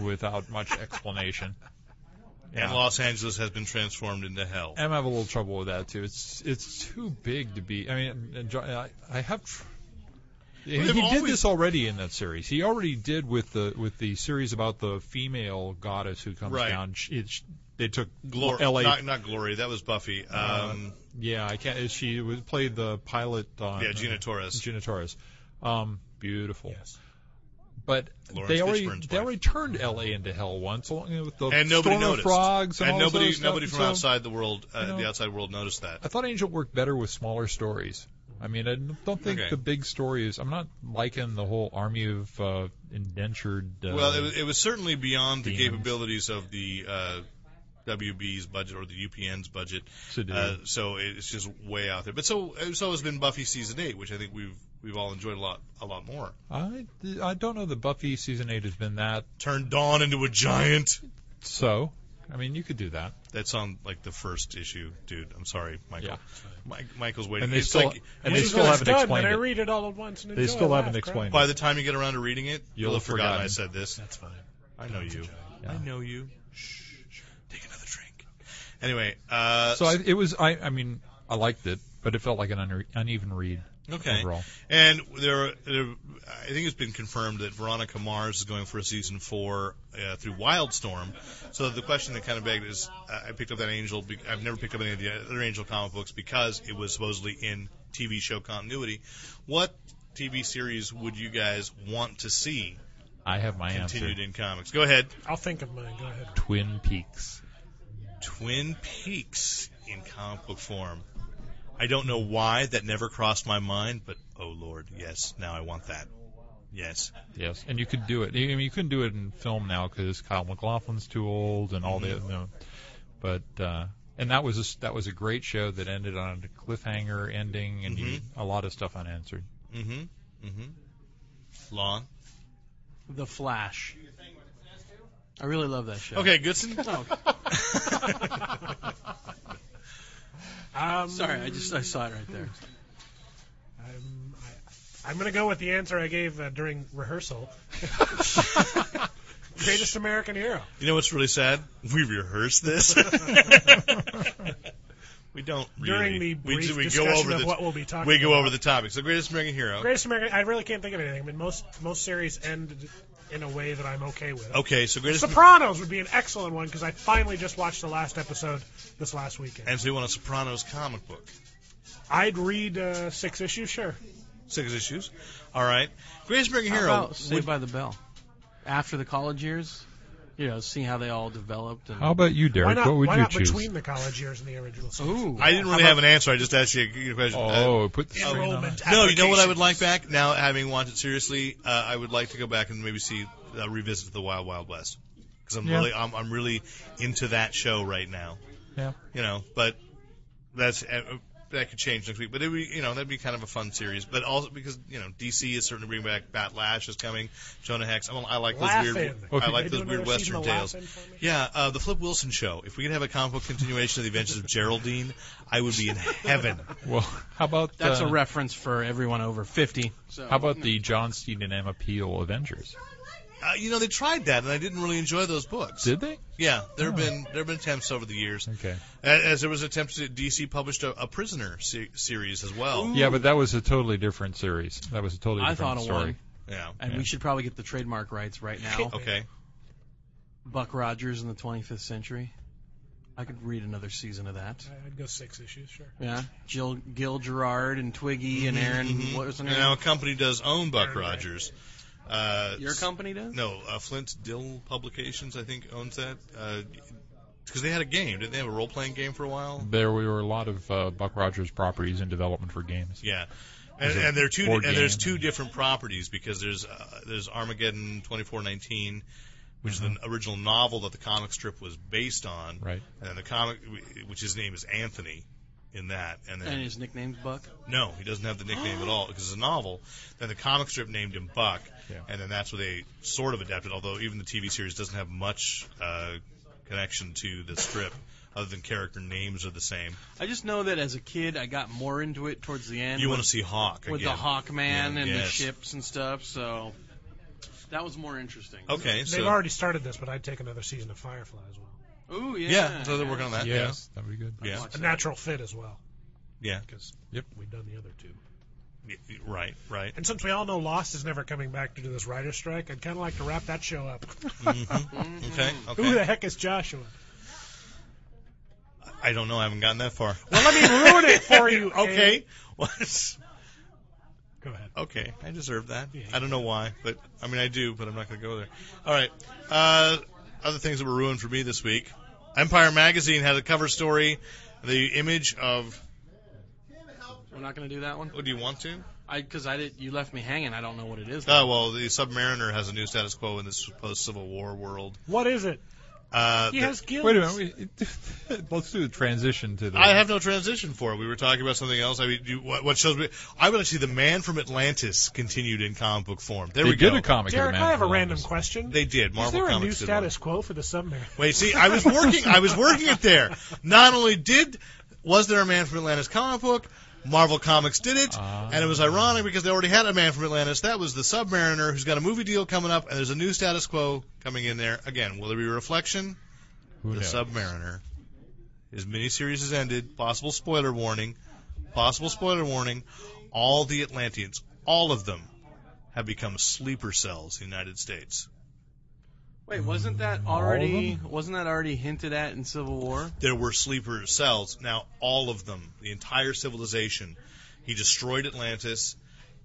without much explanation. Yeah. And Los Angeles has been transformed into hell. I'm having a little trouble with that too. It's it's too big to be. I mean, and Jo- I, I have. Tr- he they've he did always- this already in that series. He already did with the with the series about the female goddess who comes Right. down. She, it, they took Glory, L.A. not, not glory. That was Buffy. Uh, Um, yeah, I can't. She was, played the pilot on yeah, Gina uh, Torres. Gina Torres. Um, beautiful. But Lawrence they already Fishburne's they wife. already turned L.A. into hell once along with the and nobody storm noticed. of frogs and, and all this nobody, other stuff. nobody And from so- outside the world, uh, you know- the outside world, noticed that. I thought Angel worked better with smaller stories. I mean, I don't think Okay. the big story is. I'm not liking the whole army of uh, indentured. Uh, well, it, was- it was certainly beyond the demons. capabilities of the uh, WB's budget or the UPN's budget. to do. Uh, so it's just way out there. But so so has been Buffy season eight, which I think we've we've all enjoyed a lot a lot more. I I don't know. The Buffy season eight has been that. Turned Dawn into a giant. So, I mean, you could do that. That's on like the first issue, dude. I'm sorry, Michael. Yeah. Mike, Michael's waiting. And they It's still like- and This they is still when it's haven't done, explained but I it. read it all at once and They enjoy still it. haven't Laugh, explained cry. by the time you get around to reading it, you'll, You'll have have forgotten, I forgotten. said this. That's fine. I know you. I Yeah. know you. Shh. shh. Take another drink. Anyway, uh, So I, it was. I I mean, I liked it, but it felt like an une- uneven read okay, overall. and there, there, I think it's been confirmed that Veronica Mars is going for a season four uh, through Wildstorm. So the question that kind of begged is, uh, I picked up that Angel. Be- I've never picked up any of the other Angel comic books because it was supposedly in TV show continuity. What TV series would you guys want to see I have my answer. continued in comics? Go ahead. I'll think of mine. Go ahead. Twin Peaks. Twin Peaks in comic book form. I don't know why that never crossed my mind, but oh lord, yes, now I want that. Yes. Yes, and you could do it. I mean, you couldn't do it in film now because Kyle MacLachlan's too old and all the. You know, but uh, and that was a, s- that was a great show that ended on a cliffhanger ending and you, a lot of stuff unanswered. Mm-hmm. Mm-hmm. Lon. The Flash. I really love that show. Okay, Goodson. Um, Sorry, I just I saw it right there. I'm, I, I'm going to go with the answer I gave uh, during rehearsal. Greatest American hero. You know what's really sad? We rehearsed this. we don't really. During the we, brief ju- we go discussion over of the what we'll be talking we go about. over the topics. The greatest American hero. Greatest American. I really can't think of anything. I mean, most most series end in a way that I'm okay Oh, with. Okay, so greatest Sopranos would be an excellent one because I finally just watched the last episode this last weekend. and so you want a Sopranos comic book. I'd read uh, six issues, sure. Six issues. All right. Greatest American How hero. about Saved would- by the Bell? After the college years, you know, see how they all developed. And, How about you, Why Derek? not? what would why you not choose? between the college years and the original? series? Ooh, I didn't really How have an answer. I just asked you a your question. Uh, oh, put the screen on. Enrollment. no, you know what I would applications. like back now, having watched it seriously. Uh, I would like to go back and maybe see uh, revisit the Wild Wild West because I'm Yeah. really I'm, I'm really into that show right now. Yeah. You know, but that's uh, that could change next week. But it would, you know that'd be kind of a fun series. But also because you know DC is starting to bring back Bat Lash is coming. Jonah Hex. I'm, I like those weird. Laughing. I Okay. like They do those weird another season Western of tales. Laughing for me? Yeah, uh, the Flip Wilson show. If we could have a comic book continuation of the Adventures of Geraldine, I would be in heaven. Well, how about That's uh, a reference for everyone over 50. So. How about the John Steen and Emma Peel Avengers? Uh, you know, they tried that, and I didn't really enjoy those books. Did they? Yeah, there have Oh. been there have been attempts over the years. Okay. As, as there was attempts to DC published a, a Prisoner se- series as well. Yeah, but that was a totally different series. That was a totally I different thought of story. one. Yeah. And Yeah. we should probably get the trademark rights right now. Okay. Buck Rogers in the 25th century. I could read another season of that. I- I'd go six issues, sure. Yeah, Mm-hmm. Jill, Gil Gerard and Twiggy Mm-hmm. and Aaron. Mhm. What was her And name? now a company does own Buck Aaron Gray. Rogers. Uh, Your company does. No, uh, Flint Dill Publications, I think, owns that. Because they had a game. Didn't they have a role playing game for a while? There were a lot of uh, Buck Rogers properties in development for games. Yeah. And, There's a and there are two, board and there's game. two different properties because there's uh, there's Armageddon 2419, which is the original novel that the comic strip was based on, Uh-huh. Right. and then the comic, which his name is Anthony, in that, and then And his nickname's Buck. no, he doesn't have the nickname at all because it's a novel. Then the comic strip named him Buck, Yeah. and then that's where they sort of adapted. Although even the TV series doesn't have much uh, connection to the strip, other than character names are the same. I just know that as a kid, I got more into it towards the end. you with, want to see Hawk with the again. Hawkman Man Yeah, and the yes. ships and stuff. So that was more interesting. Okay, so They've already started this, but I'd take another season of Firefly as well. Ooh yeah. yeah, so they're working on that. Yeah. yes, that'd be good. Yeah. Watch A that. natural fit as well. Yeah. Because Yep. we've done the other two. Y- y- Right, right. And since we all know Lost is never coming back due to this writer's strike, I'd kind of like to wrap that show up. Mm-hmm. Mhm. Okay, Who the okay. heck is Joshua? I don't know. I haven't gotten that far. Well, let me ruin it for you. Abe. okay. What? Go ahead. Okay, I deserve that. Yeah. I don't know why, but I mean I do, but I'm not going to go there. All right. Uh, other things that were ruined for me this week. Empire magazine had a cover story, the image of. We're not gonna do that one. What do you want to? I because I did. You left me hanging. I don't know what it is. Oh well, the Submariner has a new status quo in this post Civil War world. What is it? Uh, He the- has gills. Wait a minute. we- Let's do the transition to the. I have no transition for it. We were talking about something else. I mean, you, what, what shows me? I would actually the Man from Atlantis continued in comic book form. There they we did go. a comic. of the Derek, Man I have a from random Oz. question. They did. Marvel is there a Comics did new status quo for the submarine? Wait, see, I was working. I was working it there. Not only did was there a man from Atlantis comic book, Marvel Comics did it, Ah. and it was ironic because they already had a man from Atlantis. That was the Submariner, who's got a movie deal coming up, and there's a new status quo coming in there. Again, will there be a reflection? Who The knows? Submariner. His miniseries has ended. Possible spoiler warning. Possible spoiler warning. All the Atlanteans, all of them, have become sleeper cells in the United States. Wait, wasn't that all of already wasn't that already hinted at in Civil War? there were sleeper cells. Now, all of them, the entire civilization, he destroyed Atlantis,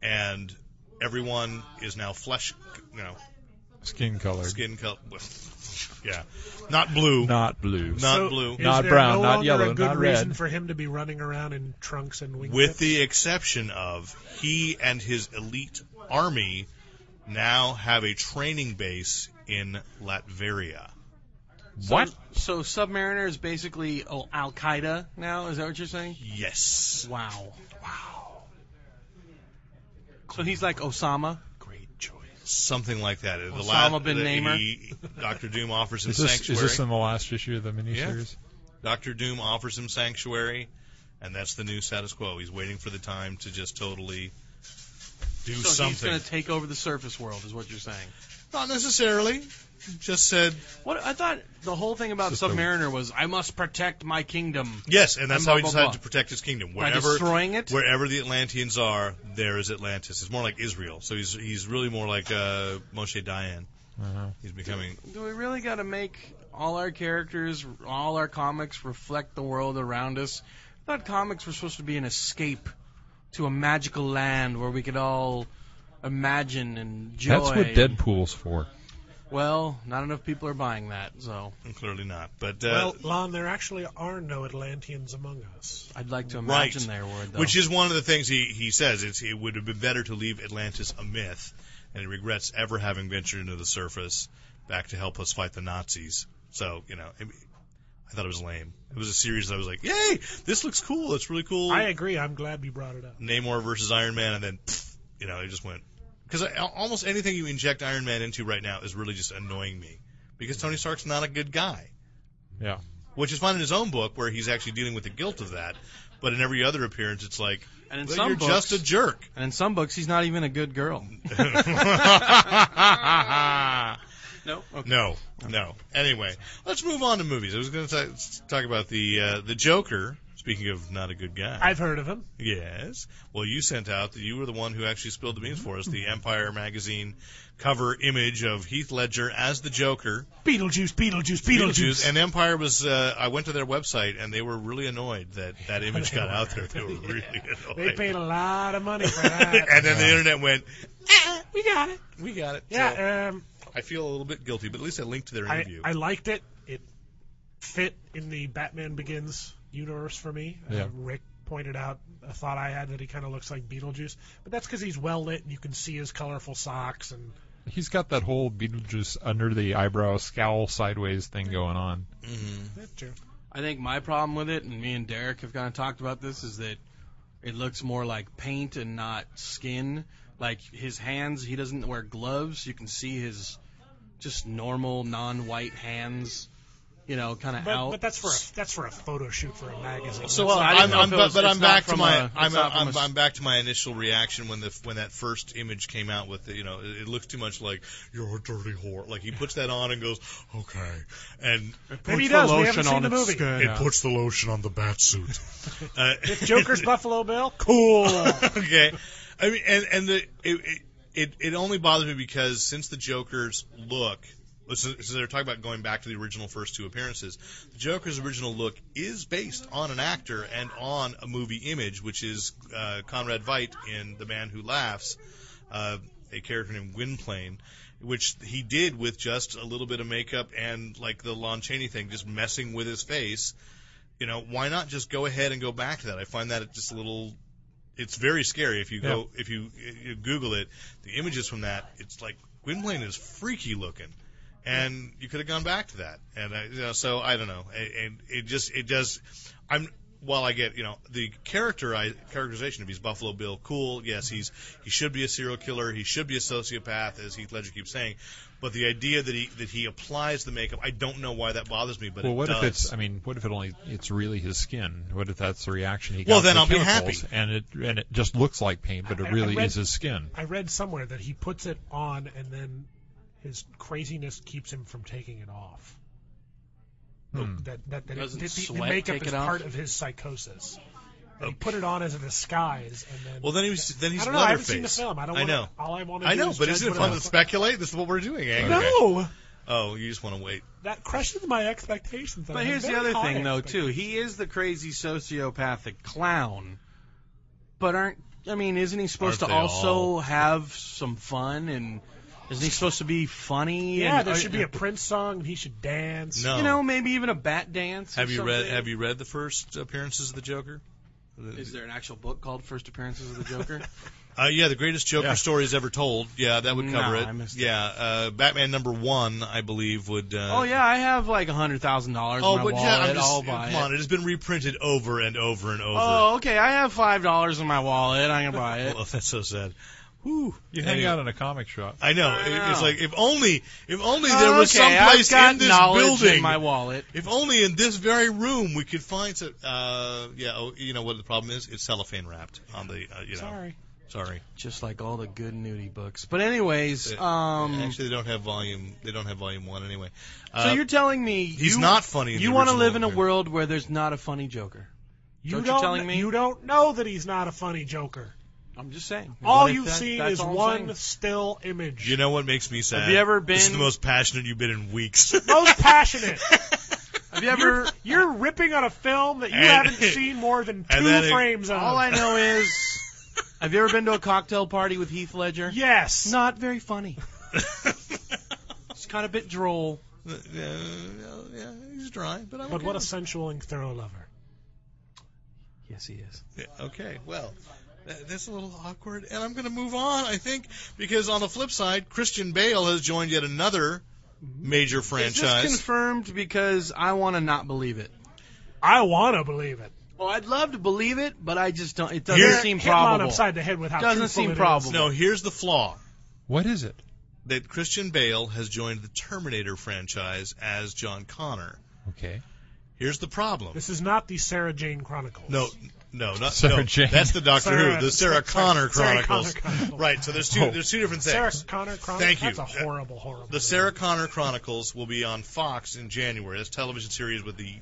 and everyone is now flesh, you know, Skin color. skin color. yeah, not blue. Not blue. Not So blue. is Not there brown, no not longer yellow, A good not reason red. for him to be running around in trunks and wings. With the exception of he and his elite army now have a training base in Latveria. What? So Submariner is basically oh, Al Qaeda now. Is that what you're saying? Yes. Wow. Wow. So he's like Osama. great choice. something like that. The Osama la- bin the- Laden. he- Doctor Doom offers him Is this, is sanctuary. this in the last issue of the miniseries? Doctor Doom offers him sanctuary, and that's the new status quo. He's waiting for the time to just totally So do he's something. going to take over the surface world, is what you're saying. Not necessarily. Just said What I thought the whole thing about Just a- Submariner was I must protect my kingdom. yes, and that's And how blah, he blah, decided blah. to protect his kingdom. By Wherever destroying it? wherever the Atlanteans are, there is Atlantis. It's more like Israel. So he's he's really more like uh, Moshe Dayan. Uh-huh. He's becoming Do we really got to make all our characters, all our comics reflect the world around us? I thought comics were supposed to be an escape to a magical land where we could all imagine and joy. That's what Deadpool's for. Well, not enough people are buying that, so clearly not. But uh, Well, Lon, there actually are no Atlanteans among us. I'd like to Right. imagine there were. Though. Which is one of the things he, he says. It's, it would have been better to leave Atlantis a myth, and he regrets ever having ventured into the surface back to help us fight the Nazis. So, you know, it, I thought it was lame. It was a series that I was like, yay, this looks cool. It's really cool. I agree. I'm glad you brought it up. Namor versus Iron Man, and then, pfft, you know, it just went. Because almost anything you inject Iron Man into right now is really just annoying me. Because Tony Stark's not a good guy. Yeah. Which is fine in his own book, where he's actually dealing with the guilt of that. But in every other appearance, it's like, and in well, some you're books, just a jerk. and in some books, he's not even a good girl. no. Okay. No, no. Anyway, let's move on to movies. I was going to talk about the uh, the Joker. Speaking of not a good guy, I've heard of him. yes. Well, you sent out that you were the one who actually spilled the beans for us. The Empire magazine cover image of Heath Ledger as the Joker. Beetlejuice, Beetlejuice. Beetlejuice, Beetlejuice. And Empire was. Uh, I went to their website and they were really annoyed that that image got out there. They were really annoyed. they paid a lot of money for that. and then the internet went. "Ah, we got it. we got it. So Yeah, um, I feel a little bit guilty, but at least I linked to their I, interview. I liked it. It fit in the Batman Begins universe for me. Yeah. Uh, Rick pointed out a thought I had that he kind of looks like Beetlejuice, but that's because he's well lit and you can see his colorful socks and He's got that whole Beetlejuice under the eyebrow scowl sideways thing going on. Mhm. that's true. I think my problem with it, and me and Derek have kind of talked about this, is that it looks more like paint and not skin. Like his hands, he doesn't wear gloves. You can see his just normal, non-white hands. You know, kind of But, out. but that's for a, that's for a photo shoot for a magazine. So Well, I I'm, didn't know if I'm, it but- was- but it's I'm not back to from my a- it's I'm, not from I'm, a- I'm back to my initial reaction when the when that first image came out with the, you know it, it looks too much like you're a dirty whore like he puts that on and goes okay and Maybe he Puts the does. We haven't lotion seen on the its movie. skin. it puts the lotion on the bat suit. Uh, Joker's Buffalo Bill. cool. okay, I mean, and and the it, it it it only bothers me because since the Joker's look, so, so they're talking about going back to the original first two appearances. The Joker's original look is based on an actor and on a movie image, which is uh, Conrad Veidt in The Man Who Laughs, uh, a character named Gwynplaine. Which he did with just a little bit of makeup and like the Lon Chaney thing, just messing with his face. You know, why not just go ahead and go back to that? I find that just a little it's very scary if you go if you, you Google it. The images from that, it's like Gwynplaine is freaky looking, and you could have gone back to that. And I, you know, so I don't know. And- And it just it does. I'm while I get you know the character I, characterization of he's Buffalo Bill, cool. Yes, he's he should be a serial killer. He should be a sociopath, as Heath Ledger keeps saying. But the idea that he that he applies the makeup, I don't know why that bothers me. But well, it what does. if it's? I mean, what if it only? It's really his skin. What if that's the reaction he got? Well, then to I'll be chemicals And it and it just looks like paint, but I- I it really read- is his skin. I read somewhere that he puts it on and then his craziness keeps him from taking it off. Hmm. That that, that Doesn't it, the, the sweat makeup take is it off? part of his psychosis. And he put it on as a disguise, and then well, then he was then he's I don't know. I haven't Leatherface. seen the film. I don't. I wanna, know. All I want to. I know, is but judge isn't it what fun I- to speculate? This is what we're doing, eh? No, Oh, you just want to wait. that crushes my expectations. I But had here's the very other high thing, though, expectations. too. He is the crazy sociopathic clown, but aren't I mean, isn't he supposed Aren't to they also all? have some fun and isn't he supposed to be funny? Yeah, and, there uh, should be a Prince song, and he should dance. No. you know maybe even a bat dance. or have you read something? Have you read the first appearances of the Joker? Is there an actual book called First Appearances of the Joker? Uh, yeah, the greatest Joker Yeah. stories ever told. Yeah, that would No, cover it. I missed it. yeah, uh, Batman number one, I believe, would. Uh, oh yeah, I have like a hundred thousand dollars. Oh, in my but wallet. yeah, I'm just, I'll come buy it. on, it has been reprinted over and over and over. Oh, okay. I have five dollars in my wallet. I'm gonna buy it. Well, that's so sad. Whew. You hang Anyway. out in a comic shop. I know. It- It's like if only, if only there Oh, okay, was someplace I've got in this knowledge building. in my wallet. if only in this very room we could find some. Uh, yeah, oh, you know what the problem is? It's cellophane wrapped on the. Uh, you know, Sorry. Sorry. Just like all the good nudie books. But anyways, Uh, um, Actually, they don't have volume. They don't have volume one anyway. Uh, so you're telling me he's you, not funny. in You the want to original live in a one. world where there's not a funny Joker. You Don't you don't, telling me? You don't know that he's not a funny Joker. I'm just saying. All What if you've that- seen that's is all I'm one saying? still image. You know what makes me sad? Have you ever This is been- the most passionate you've been in weeks. Most passionate. Have you ever? You're ripping on a film that you And- haven't seen more than and two then it- frames of. all I know is, have you ever been to a cocktail party with Heath Ledger? yes. Not very funny. It's kind of a bit droll. Uh, yeah, he's dry, but I'm But okay. what a sensual and thorough lover. Yes, he is. Yeah, Okay, well, that, that's a little awkward, and I'm going to move on, I think, because on the flip side, Christian Bale has joined yet another major Is this franchise. confirmed? Because I want to not believe it. I want to believe it. Well, I'd love to believe it, but I just don't. It doesn't Here- seem Hit him on probable. upside the head with how Doesn't truthful seem it is. probable. no, here's the flaw What is it? that Christian Bale has joined the Terminator franchise as John Connor. Okay. Here's the problem. This is not the Sarah Jane Chronicles. No, no, not Sarah no, Jane. That's the Doctor Sarah- Who, the Sarah Sarah- Connor Sarah Connor Chronicles. Chronicles. Right, so there's two Oh. there's two different things. Sarah Connor Chronicles. Thank you. That's a horrible, horrible. The Sarah Connor Chronicles will be on Fox in January. That's a television series with the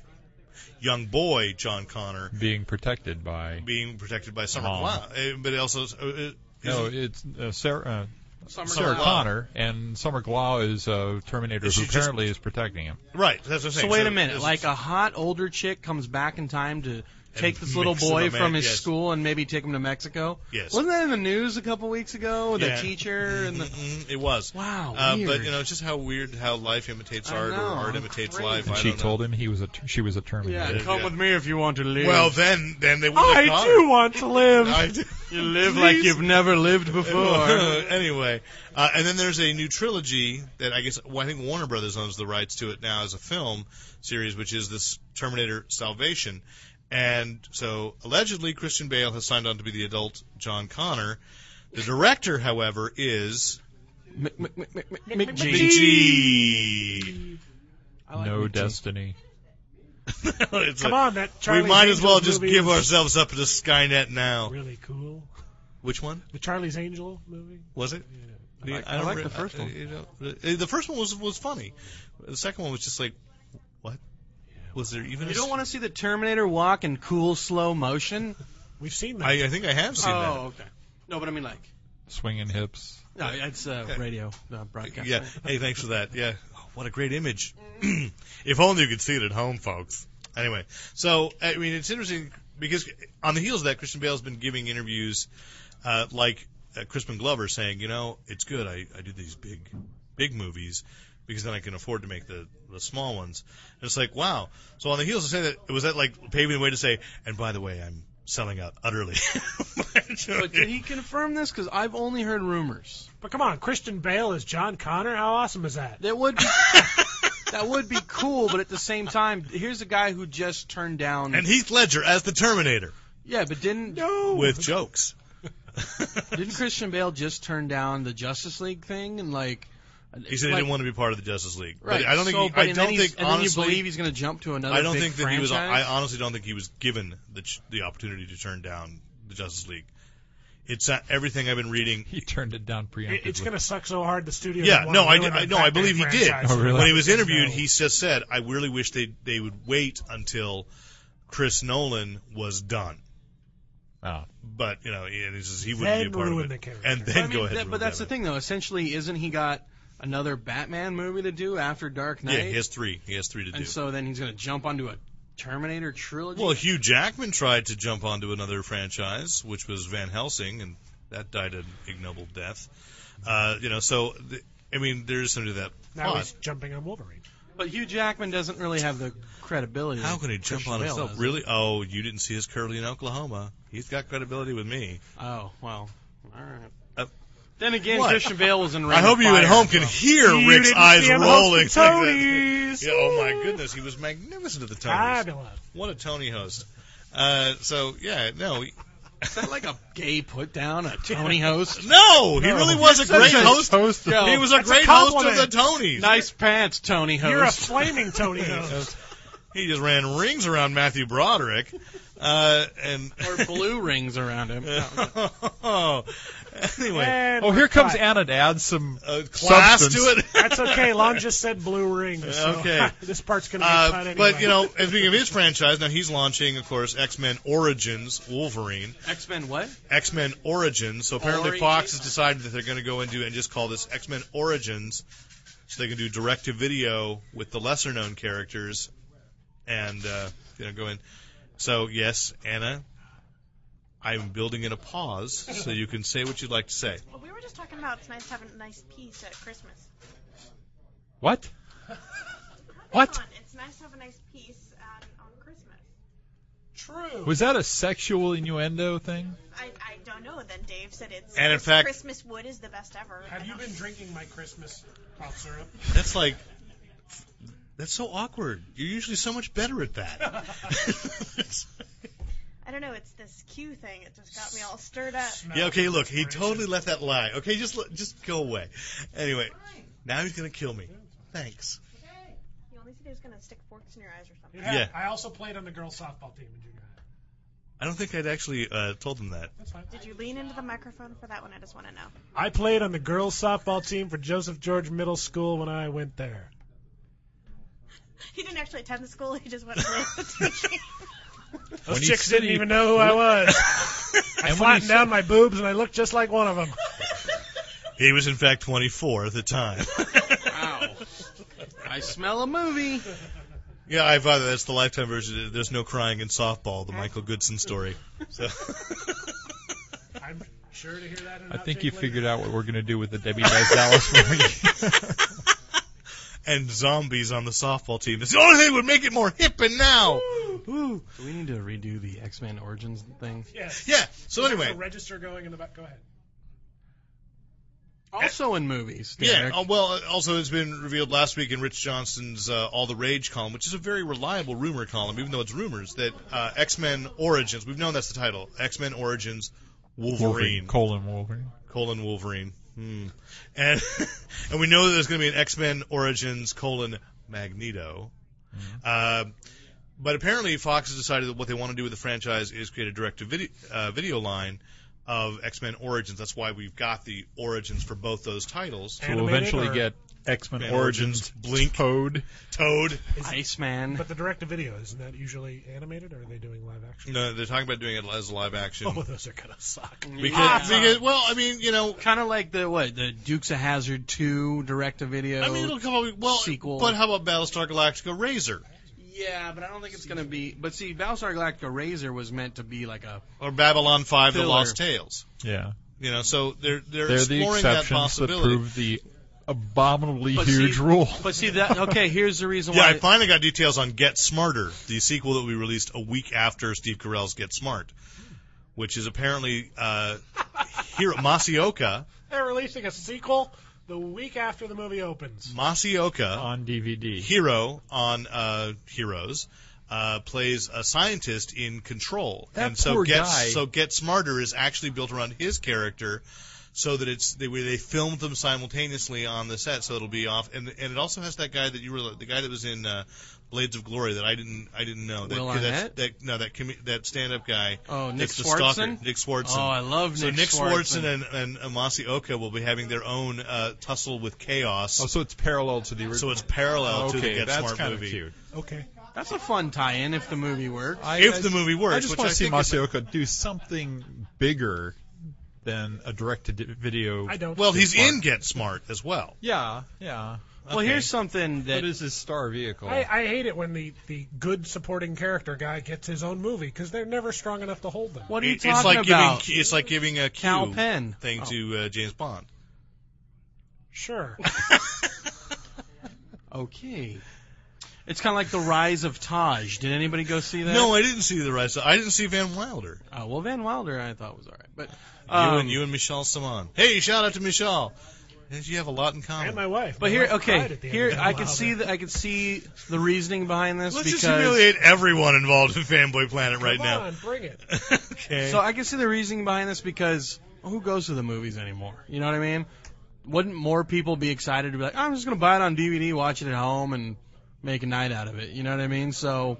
young boy John Connor Being protected by. being protected by Summer Oh. Glau. Uh, But it also, uh, uh, No, it's uh, Sarah, uh, Sarah Glau. Connor, and Summer Glau is uh, Terminator, Is who she just- apparently is protecting him. right? That's what I'm So saying. wait a minute. it's- Like uh, a hot older chick comes back in time to take this little mix him boy up, man, from his yes. school and maybe take him to Mexico. Yes. Wasn't that in the news a couple weeks ago? The Yeah. teacher and the Mm, it was. wow. Uh, but weird. you know, it's just how weird how life imitates I art, know, or art I'm imitates crazy. life. And I she don't know. told him he was a ter- she was a Terminator. yeah, come yeah. with me if you want to live. Well, then, then they would. I do want to live. I do. you live like you've never lived before. anyway, uh, and then there's a new trilogy that I guess well, I think Warner Brothers owns the rights to it now as a film series, which is this Terminator Salvation. And so allegedly, Christian Bale has signed on to be the adult John Connor. The director, however, is M- m- m- m- m- McG. McGee. I like no McG. destiny. It's Come a- on, that we Charlie's might as well Angels just movie give was ourselves up to Skynet now. Really cool. Which one The Charlie's Angel movie. was it? I like- I don't like re- the first I- one. you know, the the first one was was funny. The second one was just like, what? Was there even? You a don't s- want to see the Terminator walk in cool slow motion. We've seen that. I, uh, I think I have seen oh, okay. No, but I mean like. Swinging hips. No, it's uh, radio uh, that. broadcast. Yeah. Hey, thanks for that. Yeah. Oh, what a great image. if only you could see it at home, folks. Anyway, so I mean, it's interesting because on the heels of that, Christian Bale's been giving interviews, uh, like uh, Crispin Glover saying, you know, it's good. I I do these big, big movies. Because then I can afford to make the, the small ones. And it's like, wow. So on the heels of saying that, was that like paving the way to say, and by the way, I'm selling out utterly. But did he confirm this? Because I've only heard rumors. But come on, Christian Bale is John Connor. How awesome is that? That would be, that would be cool, but at the same time, here's a guy who just turned down. and Heath Ledger as the Terminator. yeah, but didn't No. with jokes. didn't Christian Bale just turn down the Justice League thing and like? he said he didn't want to be part of the Justice League. Right. But I don't think. so, he, but I and don't then he's- think. And honestly, then you believe he's going to jump to another. I don't big think that franchise? he was. I honestly don't think he was given the ch- the opportunity to turn down the Justice League. It's uh, everything I've been reading. He turned it down preemptively. It- It's going to suck so hard the studio. Yeah, would wanna no, I ruin d- I- that no, I Batman believe he did. franchise. Oh, really? When he was interviewed, No. he just said, "I really wish they they would wait until Chris Nolan was done." Oh. But you know, and he, says he wouldn't Then be a part of ruin it. the character. And Ah. But, I then mean, go ahead. that- and but ruin that's the Batman. thing, though. Essentially, isn't he got another Batman movie to do after Dark Knight? Yeah, he has three. He has three to do. and so then he's going to jump onto a Terminator trilogy. Well, Hugh Jackman tried to jump onto another franchise, which was Van Helsing, and that died an ignoble death. Uh, you know, so th- I mean, there's some to that Now plot. he's jumping on Wolverine. But Hugh Jackman doesn't really have the credibility. How can he jump Christian on Bale himself? does. Really? Oh, you didn't see his curly in Oklahoma. He's got credibility with me. Oh well. All right. Uh, then again, what? Christian Bale was in. Ring I hope of you at Fire, home can so- hear You Rick's didn't eyes see him rolling. hosting like that. Tony's. Yeah, oh my goodness, he was magnificent at the Tonys. Fabulous. What a Tony host. Uh, so yeah, no, Is that like a gay put down, a Tony host? No, he really was a great host. He was a That's a great host of the compliment. Tonys. Nice pants, Tony You're a host. flaming Tony host. He just ran rings around Matthew Broderick, uh, and or blue rings around him. anyway, And Oh, we're here comes cut. Anna to add some. uh, class Substance. to it. That's okay. Lon just said blue ring. So Okay. this part's gonna be cut Uh, anyway. but you know, as being of his franchise, now he's launching, of course, X Men Origins Wolverine, X Men what? X Men Origins. So apparently, Origins. Fox has decided that they're going to go into and just call this X Men Origins, so they can do direct to video with the lesser known characters, and uh, you know, go in. So yes, Anna, I'm building in a pause so you can say what you'd like to say. Well, we were just talking about it's nice to have a nice piece at Christmas. What? Come on, it's nice to have a nice piece um, on Christmas. True. Was that a sexual innuendo thing? I, I don't know. Then Dave said it's And in it's fact- Christmas wood is the best ever. Have And you I'm- been drinking my Christmas cough syrup? That's like. That's so awkward. You're usually so much better at that. I don't know. It's this Q thing. It just got me all stirred up. Yeah, okay, look, he totally let that lie. Okay, just let- just go away. Anyway, now he's going to kill me. Thanks. You only said he was gonna stick forks in your eyes or something. Yeah. Yeah. I also played on the girls softball team in junior high. I don't think I'd actually uh, told him that. That's fine. Did you lean into the microphone for that one? I just want to know. I played on the girls softball team for Joseph George Middle School when I went there. He didn't actually attend the school. He just went to Those When you chicks said didn't you- even know who I was. I And when you flattened said- down my boobs and I looked just like one of them. He was in fact 24 at the time. Wow. I smell a movie. yeah, I thought that's the lifetime version. There's no crying in softball, the Michael Goodson story. So I'm sure to hear that. in I an think outtake you later. figured out what we're going to do with the Debbie Dice Dallas movie. and zombies on the softball team. It's the only thing that would make it more hip and now. Ooh. Do we need to redo the X Men Origins thing? Yes. Yeah. So There's anyway, a register going in the back. Go ahead. Also in movies. Yeah, Derek. uh, well, uh, also it's been revealed last week in Rich Johnson's uh, All the Rage column, which is a very reliable rumor column, even though it's rumors, that uh, X Men Origins, we've known that's the title, X Men Origins Wolverine, Colon Wolverine. colon Wolverine. Hmm. And, and we know that there's going to be an X Men Origins colon Magneto. Uh, but apparently, Fox has decided that what they want to do with the franchise is create a direct to video, uh, video line of X Men Origins. That's why we've got the Origins for both those titles. So we'll Animated eventually or- get X Men Man, Origins, Blink, Toad. Toad. Iceman. But the direct to video isn't that usually animated, or are they doing live action? No, they're talking about doing it as a live action. Oh, those are gonna suck. Because, because, well, I mean, you know, Kind of like the what the Dukes of Hazard two direct to video. I mean, it'll come up. Well, Sequel. but how about Battlestar Galactica Razor yeah, but I don't think it's gonna be. But see, Battlestar Galactica Razor was meant to be like a or Babylon Five: The Filler. Lost Tales? Yeah. You know, so they're they're, They're the exploring that exceptions that possibility. prove the abominably But huge see- rule. But see that okay? Here's the reason yeah, why. I finally got details on Get Smarter, the sequel that we released a week after Steve Carell's Get Smart, which is apparently uh, here at Masioka. They're releasing a sequel the week after the movie opens. Masioka. on DVD. hero on uh, Heroes uh, plays a scientist in Control, That and so poor get guy. so Get Smarter is actually built around his character, so that it's they where they filmed them simultaneously on the set, so it'll be off, and and it also has that guy that you were the guy that was in uh, Blades of Glory that I didn't I didn't know that Will that, Arnett? that no that commu- that stand up guy oh, Nick that's the stalker Swartzen. Nick Swartzen. Oh, I love so Nick Swartzen. Swartzen and, and Amasi Oka will be having their own uh, tussle with chaos. Oh, so it's parallel to the original. So it's parallel okay, to the Get that's Smart kinda movie. Cute. Okay. That's a fun tie-in if the movie works. I, if I- the movie works. I just which want to see think is- Masioka do something bigger than a direct-to-video. I don't. Well, he's Smart. in Get Smart as well. Yeah, yeah. Well, here's something That that is his star vehicle. I, I hate it when the, the good supporting character guy gets his own movie because they're never strong enough to hold them. What are you It- talking it's like about? giving it's like giving a Cal Q Penn. thing Oh. to uh, James Bond. Sure. Okay. It's kind of like the rise of Taj. Did anybody go see that? No, I didn't see the rest. Of, I didn't see Van Wilder. Oh, well, Van Wilder I thought was all right, but you um, and you and Michelle Simon. Hey, shout out to Michelle. You have a lot in and common. my wife. But My here, wife cried okay, at the end here of the I can album. see that I can see the reasoning behind this Let's because just humiliate everyone involved in Fanboy Planet right Come now. on, bring it. okay. so I can see the reasoning behind this because who goes to the movies anymore? You know what I mean? Wouldn't more people be excited to be like, I'm just gonna buy it on DVD, watch it at home, and make a night out of it? You know what I mean? So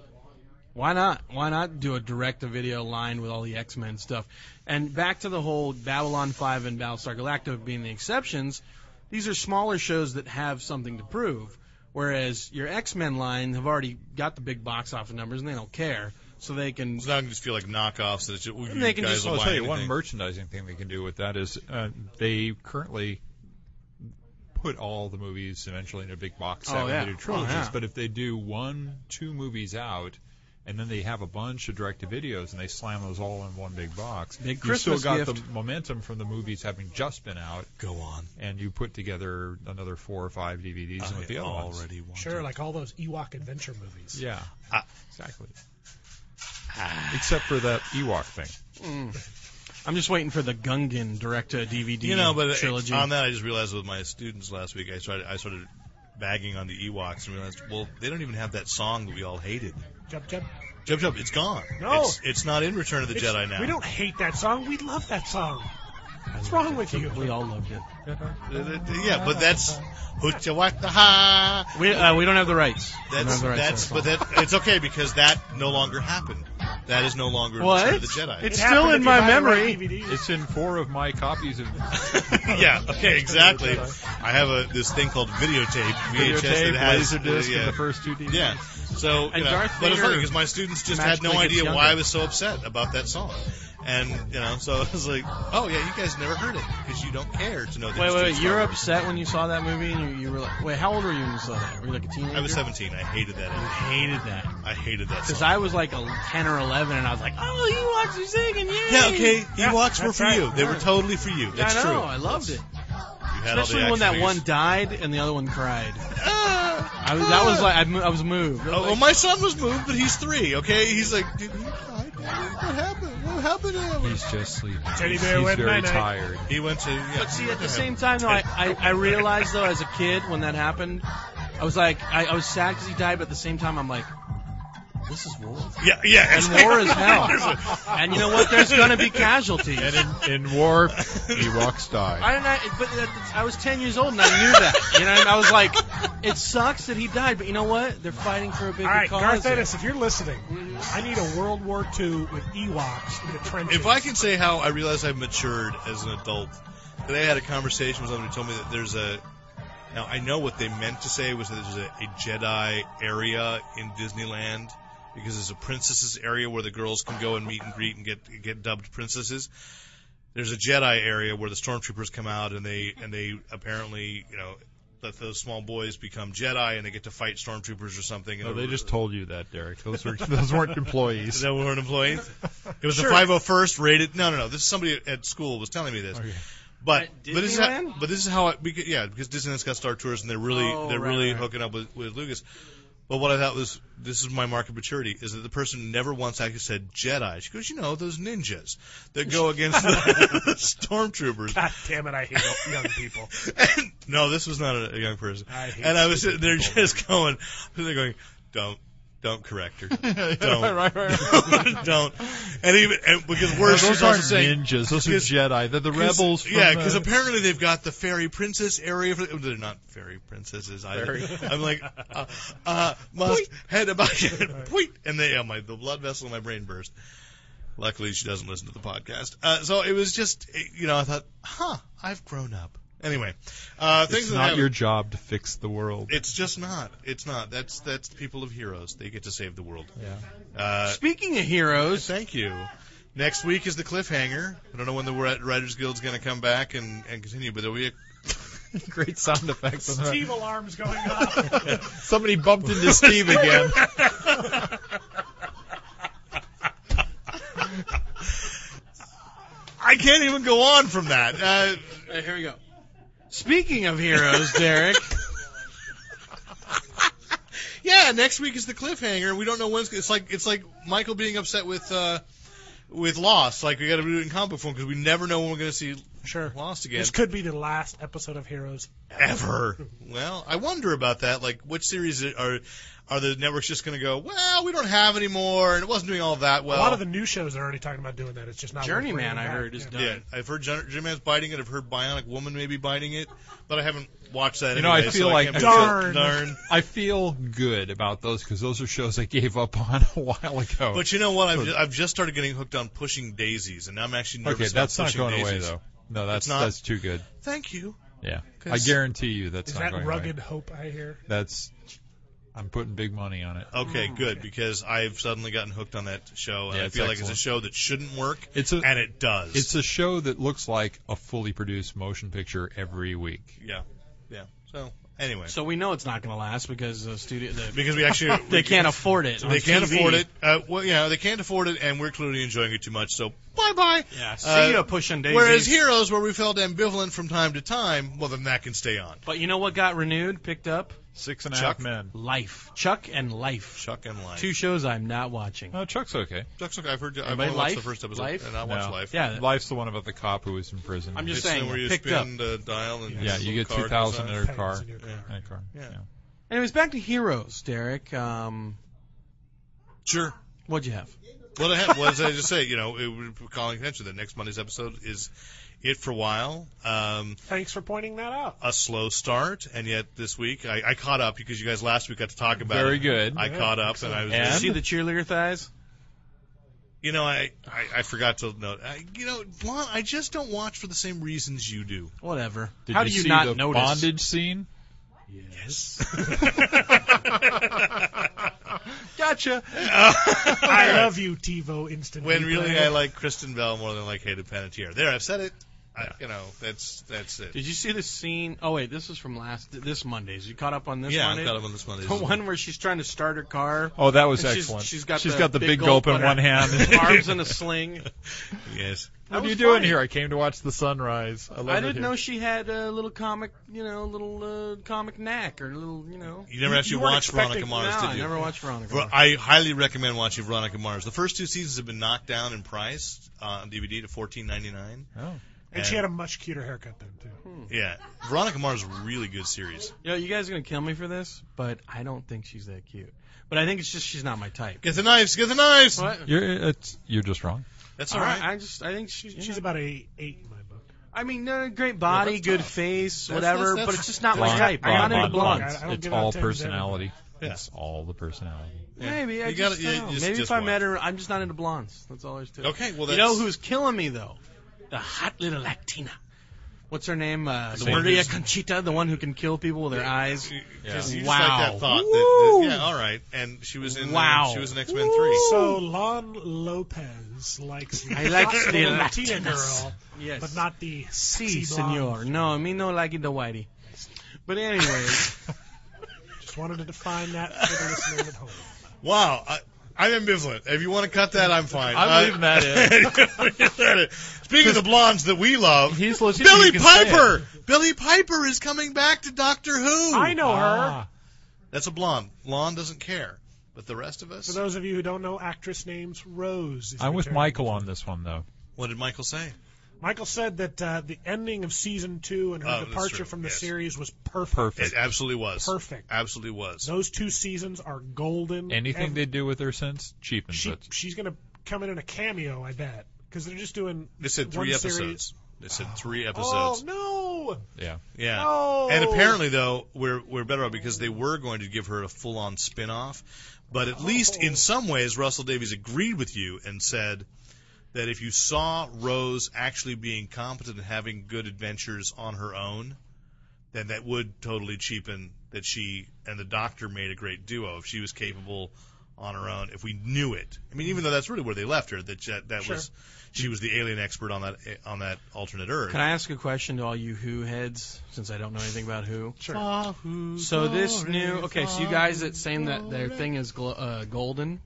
why not? Why not do a direct-to-video line with all the X-Men stuff? And back to the whole Babylon 5 and Battlestar Galactica being the exceptions. These are smaller shows that have something to prove, whereas your X-Men line have already got the big box office numbers and they don't care, so they can. it's not gonna just feel like knockoffs. That you, you they can guys just- will I'll buy tell you one anything. merchandising thing they can do with that is uh, they currently put all the movies eventually in a big box set Oh, when yeah. they do Oh, trilogies. yeah. But if they do one, two movies out, and then they have a bunch of direct-to-videos and they slam those all in one big box, Big you still Christmas got gift. the momentum from the movies having just been out, Go on. and you put together another four or five DVDs in I with the other ones. Oh, already want Sure, to. like all those Ewok adventure movies. Yeah, Ah. exactly. Except for that Ewok thing. I'm just waiting for the Gungan direct-to-DVD you know, but uh, trilogy. on that, I just realized with my students last week, I started I started bagging on the Ewoks and realized, well, they don't even have that song that we all hated. Jump, jump. Jump, jump! It's gone. No. it's, it's not in Return of the It's- Jedi now. We don't hate that song. We love that song. What's wrong with you? we all loved it. Uh, Yeah, but that's Hutawataha. We uh, we don't have the rights. We don't That's have the rights that's to that but that it's okay because that no longer happened. That is no longer What? Return of the Jedi. It's happened still if in you my buy the right memory. DVD. It's in four of my copies of yeah, okay, exactly. I have a this thing called videotape, VHS videotape, that has laser disc, uh, yeah. and the first two DVDs. yeah. So, you And know, Darth but it's funny Vader because my students just had no magically idea gets why I younger. was so upset about that song, and you know, so I was like, oh yeah, you guys never heard it because you don't care to know. That Wait, it's wait, from wait. Star You're Wars. upset when you saw that movie, and you, you were like, wait, how old were you when you saw that? Were you like a teenager? I was 17. I hated that. I hated that I hated that because song. I was like a 10 or 11, and I was like, oh, Ewoks are singing, yay! yeah, okay. Yeah, Ewoks were that's for right. you. They were totally for you. That's I know, true. I loved it, You had all the especially when that action one figures. died and the other one cried. Ah, I was, that was ah. like I, mo- I was moved. I was Oh, well, like, my son was moved, but he's three. Okay, he's like, dude, he cried. Daddy. What happened? What happened to him? He's just sleeping. Teddy He's- bear He's went very night-night. tired. He went to. Yeah, But see, at the same time, though, I, I, I realized, though, as a kid when that happened, I was like, I, I was sad because he died, but at the same time, I'm like, this is war. yeah, yeah, And war is hell. There's And you know what? There's going to be casualties. And in, in war, Ewoks die. I don't know, but that- I was 10 years old and I knew that. You know, and I was like, it sucks that he died, but you know what? They're fighting for a bigger All right, cause. Garth Ennis, if you're listening, I need a World War II with Ewoks in the a- trenches. if I can say how I realize I've matured as an adult, today I had a conversation with somebody who told me that there's a. Now I know what they meant to say was that there's a, a Jedi area in Disneyland because there's a princesses area where the girls can go and meet and greet and get get dubbed princesses. There's a Jedi area where the stormtroopers come out and they and they apparently you know let those small boys become Jedi and they get to fight stormtroopers or something. No, Oh, they just told you that, Derek. Those were those weren't Is employees. that weren't employees? It was the 501st rated. No, no, no. This is somebody at school was telling me this. Okay. But At but this is how, Disneyland? but this is how I because, yeah because Disneyland's got Star Tours and they're really Oh, they're right, really right. hooking up with, with Lucas. But what I thought was this is my mark of maturity is that the person never once actually said Jedi. She goes, you know, those ninjas that go against the, the stormtroopers. God damn it, I hate young people. And, no, this was not a, a young person. I hate and I was sitting there just going, they're going, don't, don't correct her, don't, right, don't. And even and because worse, those she's also aren't saying. ninjas. Those are because- Jedi. They're the rebels. From yeah, the- because apparently they've got the fairy princess area. For, they're not fairy princesses either. I'm like, uh, uh, must head about Point, and they, uh, my the blood vessel in my brain burst. Luckily, she doesn't listen to the podcast. Uh, so it was just, it- you know, I thought, huh, I've grown up. Anyway, uh, things it's that not happen- your job to fix the world. it's just not. It's not. That's that's the people of heroes. They get to save the world. Yeah. Uh, Speaking of heroes, thank you. Next week is the cliffhanger. I don't know when the Ri- Writers Guild's going to come back and, and continue, but there'll be a, Great sound effects. on that. Steve alarms going off. Somebody bumped into Steve again. I can't even go on from that. Uh, uh, here we go. Speaking of heroes, Derek, yeah, next week is the cliffhanger. We don't know when it's, it's like it's like Michael being upset with uh, with Lost. Like we got to do it in comic book form because we never know when we're going to see Sure. lost again. This could be the last episode of Heroes. ever. Well, I wonder about that. Like, which series are are the networks just going to go? Well, we don't have any more, and it wasn't doing all that well. a lot of the new shows are already talking about doing that. It's just not worth bringing Journeyman, I back. heard, is Yeah. done. yeah, I've heard Jun- Jim Man's biting it. I've heard Bionic Woman maybe biting it, but I haven't watched that. You know, I anyway, feel so like- can't be Darn. sure. darn. I feel good about those because those are shows I gave up on a while ago. But you know what? I've, ju- I've just started getting hooked on pushing daisies, and now I'm actually nervous okay, about that's not pushing going away daisies. though. No, that's It's not? that's too good. Thank you. Yeah, 'Cause- I guarantee you that's Is not that going rugged away. hope I hear? That's I'm putting big money on it. Okay, good because I've suddenly gotten hooked on that show, and Yeah, I it's feel like excellent. it's a show that shouldn't work, It's a and it does. it's a show that looks like a fully produced motion picture every week. yeah, yeah. So anyway, So we know it's not going to last because the studio the, because we actually they can't afford it. on They can't TV. afford it. Uh, well, yeah, they can't afford it, and we're clearly enjoying it too much. So bye bye. Yeah, see Uh, ya, pushing daisies. Whereas heroes, where we felt ambivalent from time to time, well, then that can stay on. but you know what got renewed, picked up? Six and a half Chuck? men. Life, Chuck and Life. Chuck and Life. Two shows I'm not watching. No, Chuck's okay. Chuck's okay. I've heard. I've Anybody only watched the Life? first episode, Life? and I watched No. Life. Yeah, Life's the one about the cop who was in prison. I'm just It's the saying, where you picked up. spin the dial and yeah, this you get little two card goes thousand in on. your Things car. in your car. In a car. Yeah. Anyways, back to Heroes, Derek. Um, Sure. what'd you have? What I had was I just say, you know, it, we're calling attention that next Monday's episode is it for a while. Um, Thanks for pointing that out. a slow start, and yet this week I, I caught up because you guys last week got to talk about Very it. good. I caught up, and I was And? See the cheerleader thighs? You know, I, I, I forgot to note. I, you know, Blonde, I just don't watch for the same reasons you do. Whatever. Did How you do you see not the notice? bondage scene? Gotcha. I love you, TiVo Instant. when Replay. really I like Kristen Bell more than I like Hayden Panettiere. There, I've said it. I, you know, that's that's it. Did you see the scene? Oh wait, this is from last this Monday's. You caught up on this yeah, Monday? I've got him on this Monday. The one where she's trying to start her car. Oh, that was And she's- excellent. she's got she's the got the big big gulp gulp in on her- one hand. Arms in a sling. Yes. That What are you was doing funny. here? I came to watch the sunrise. I, love I it didn't here. know she had a little comic, you know, little uh, comic knack or little, you know. You never actually you weren't watched Veronica expecting- Mars, no, did I you? never watched Veronica. Ver- I highly recommend watching Veronica Mars. The first two seasons have been knocked down in price uh, on DVD to fourteen ninety nine. Oh. and she had a much cuter haircut then too. yeah. Veronica Mars is a really good series. Yo, you guys are gonna kill me for this, but I don't think she's that cute. But I think it's just she's not my type. Get the knives, get the knives. What? You're it's, you're just wrong. That's All all right. right. I just I think she's She's she's. about a eight in my book. I mean, no, great body, that's good tough. face, That's- whatever. that's- but it's just not my Blonde, type. I'm blonde, not into blonde, blondes. blonde. I don't It's give out all tens anymore. personality. Yeah. It's all the personality. Yeah. Maybe I You just gotta- you- don't know. you just- maybe if just I watch. met her, I'm just not into blondes. That's all there's to it. Okay, well, you that's- know who's killing me though? The hot little Latina. What's her name? Uh, The one Maria who's- Conchita, the one who can kill people with her eyes. Because you just Wow. like that thought. That, Woo. that- yeah, all right. And she was in. uh, Wow. she was in X Men Three. So Lon Lopez likes the I like hot the Latina Latinas. girl, Yes. but not the sexy Si, blonde. senor. No, me no like it the whitey. But anyways, Just wanted to define that for the listeners at home. Wow. I, I'm ambivalent. If you want to cut that, I'm fine. I'm leaving that in. in. Speaking of the blondes that we love, He's legit. Billy Piper. Billy Piper is coming back to Doctor Who. I know Ah. her. Ah, That's a blonde. Blonde doesn't care, but the rest of For us. those of you who don't know, actress names Rose. is I'm with returning. Michael on this one though. What did Michael say? Michael said that uh, the ending of season two and her Oh, that's departure true, from the yes. series was It perfect. Perfect. absolutely was. Perfect. Absolutely was. Those two seasons are golden. Anything Ev- they do with her since cheapens she, it. she's gonna come in in a cameo, I bet, because they're just doing. They said three one series- episodes. They said three Oh episodes. no! Yeah. Yeah. No. And apparently, though, we're we're better off because they were going to give her a full-on spin-off, but at least in some ways, Russell Davies agreed with you and said that if you saw Rose actually being competent and having good adventures on her own, then that would totally cheapen that she and the Doctor made a great duo if she was capable on her own. If we knew it, I mean, even though that's really where they left her, that that, that Sure. was she was the alien expert on that on that alternate Earth. can I ask a question to all you Who heads? Since I don't know anything about Who. Ah, who's So this sorry new okay, so you for guys that saying that their thing is glo- uh, golden,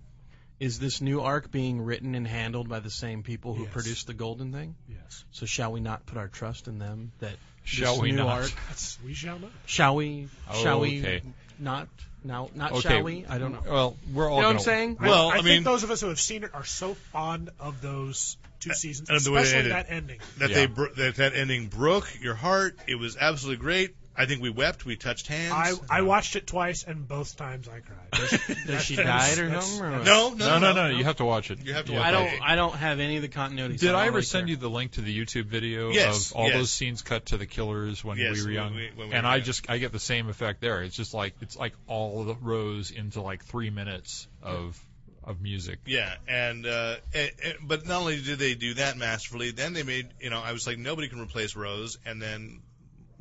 is this new arc being written and handled by the same people who Yes. produced the golden thing? Yes. So shall we not put our trust in them that Shall this we new not? arc. That's, we shall not. Shall we? Oh, shall okay. we? Not now. Not Okay. shall we? I don't know. You Well, we're all know what gonna, I'm saying? Well, I, I think mean- those of us who have seen it are so fond of those two seasons, and the way they ended. especially that ending. that Yeah. they bro- that that ending broke your heart. It was absolutely great. I think we wept. We touched hands. I, I watched it twice, and both times I cried. Does she That's- died or that's- something? or- no, no, No, no, no, You have to watch it. You have to Yeah. watch I Okay. don't. I don't have any of the continuity. Did I ever send you the link to the YouTube video Yes, of all yes. those scenes cut to the killers when Yes, we were when young? we- when we and were I young. just I get the same effect there. It's just like it's like all the rows into like three minutes of of music. Yeah, and, uh, and, and- but not only did they do that masterfully, then they made you know I was like nobody can replace Rose, and then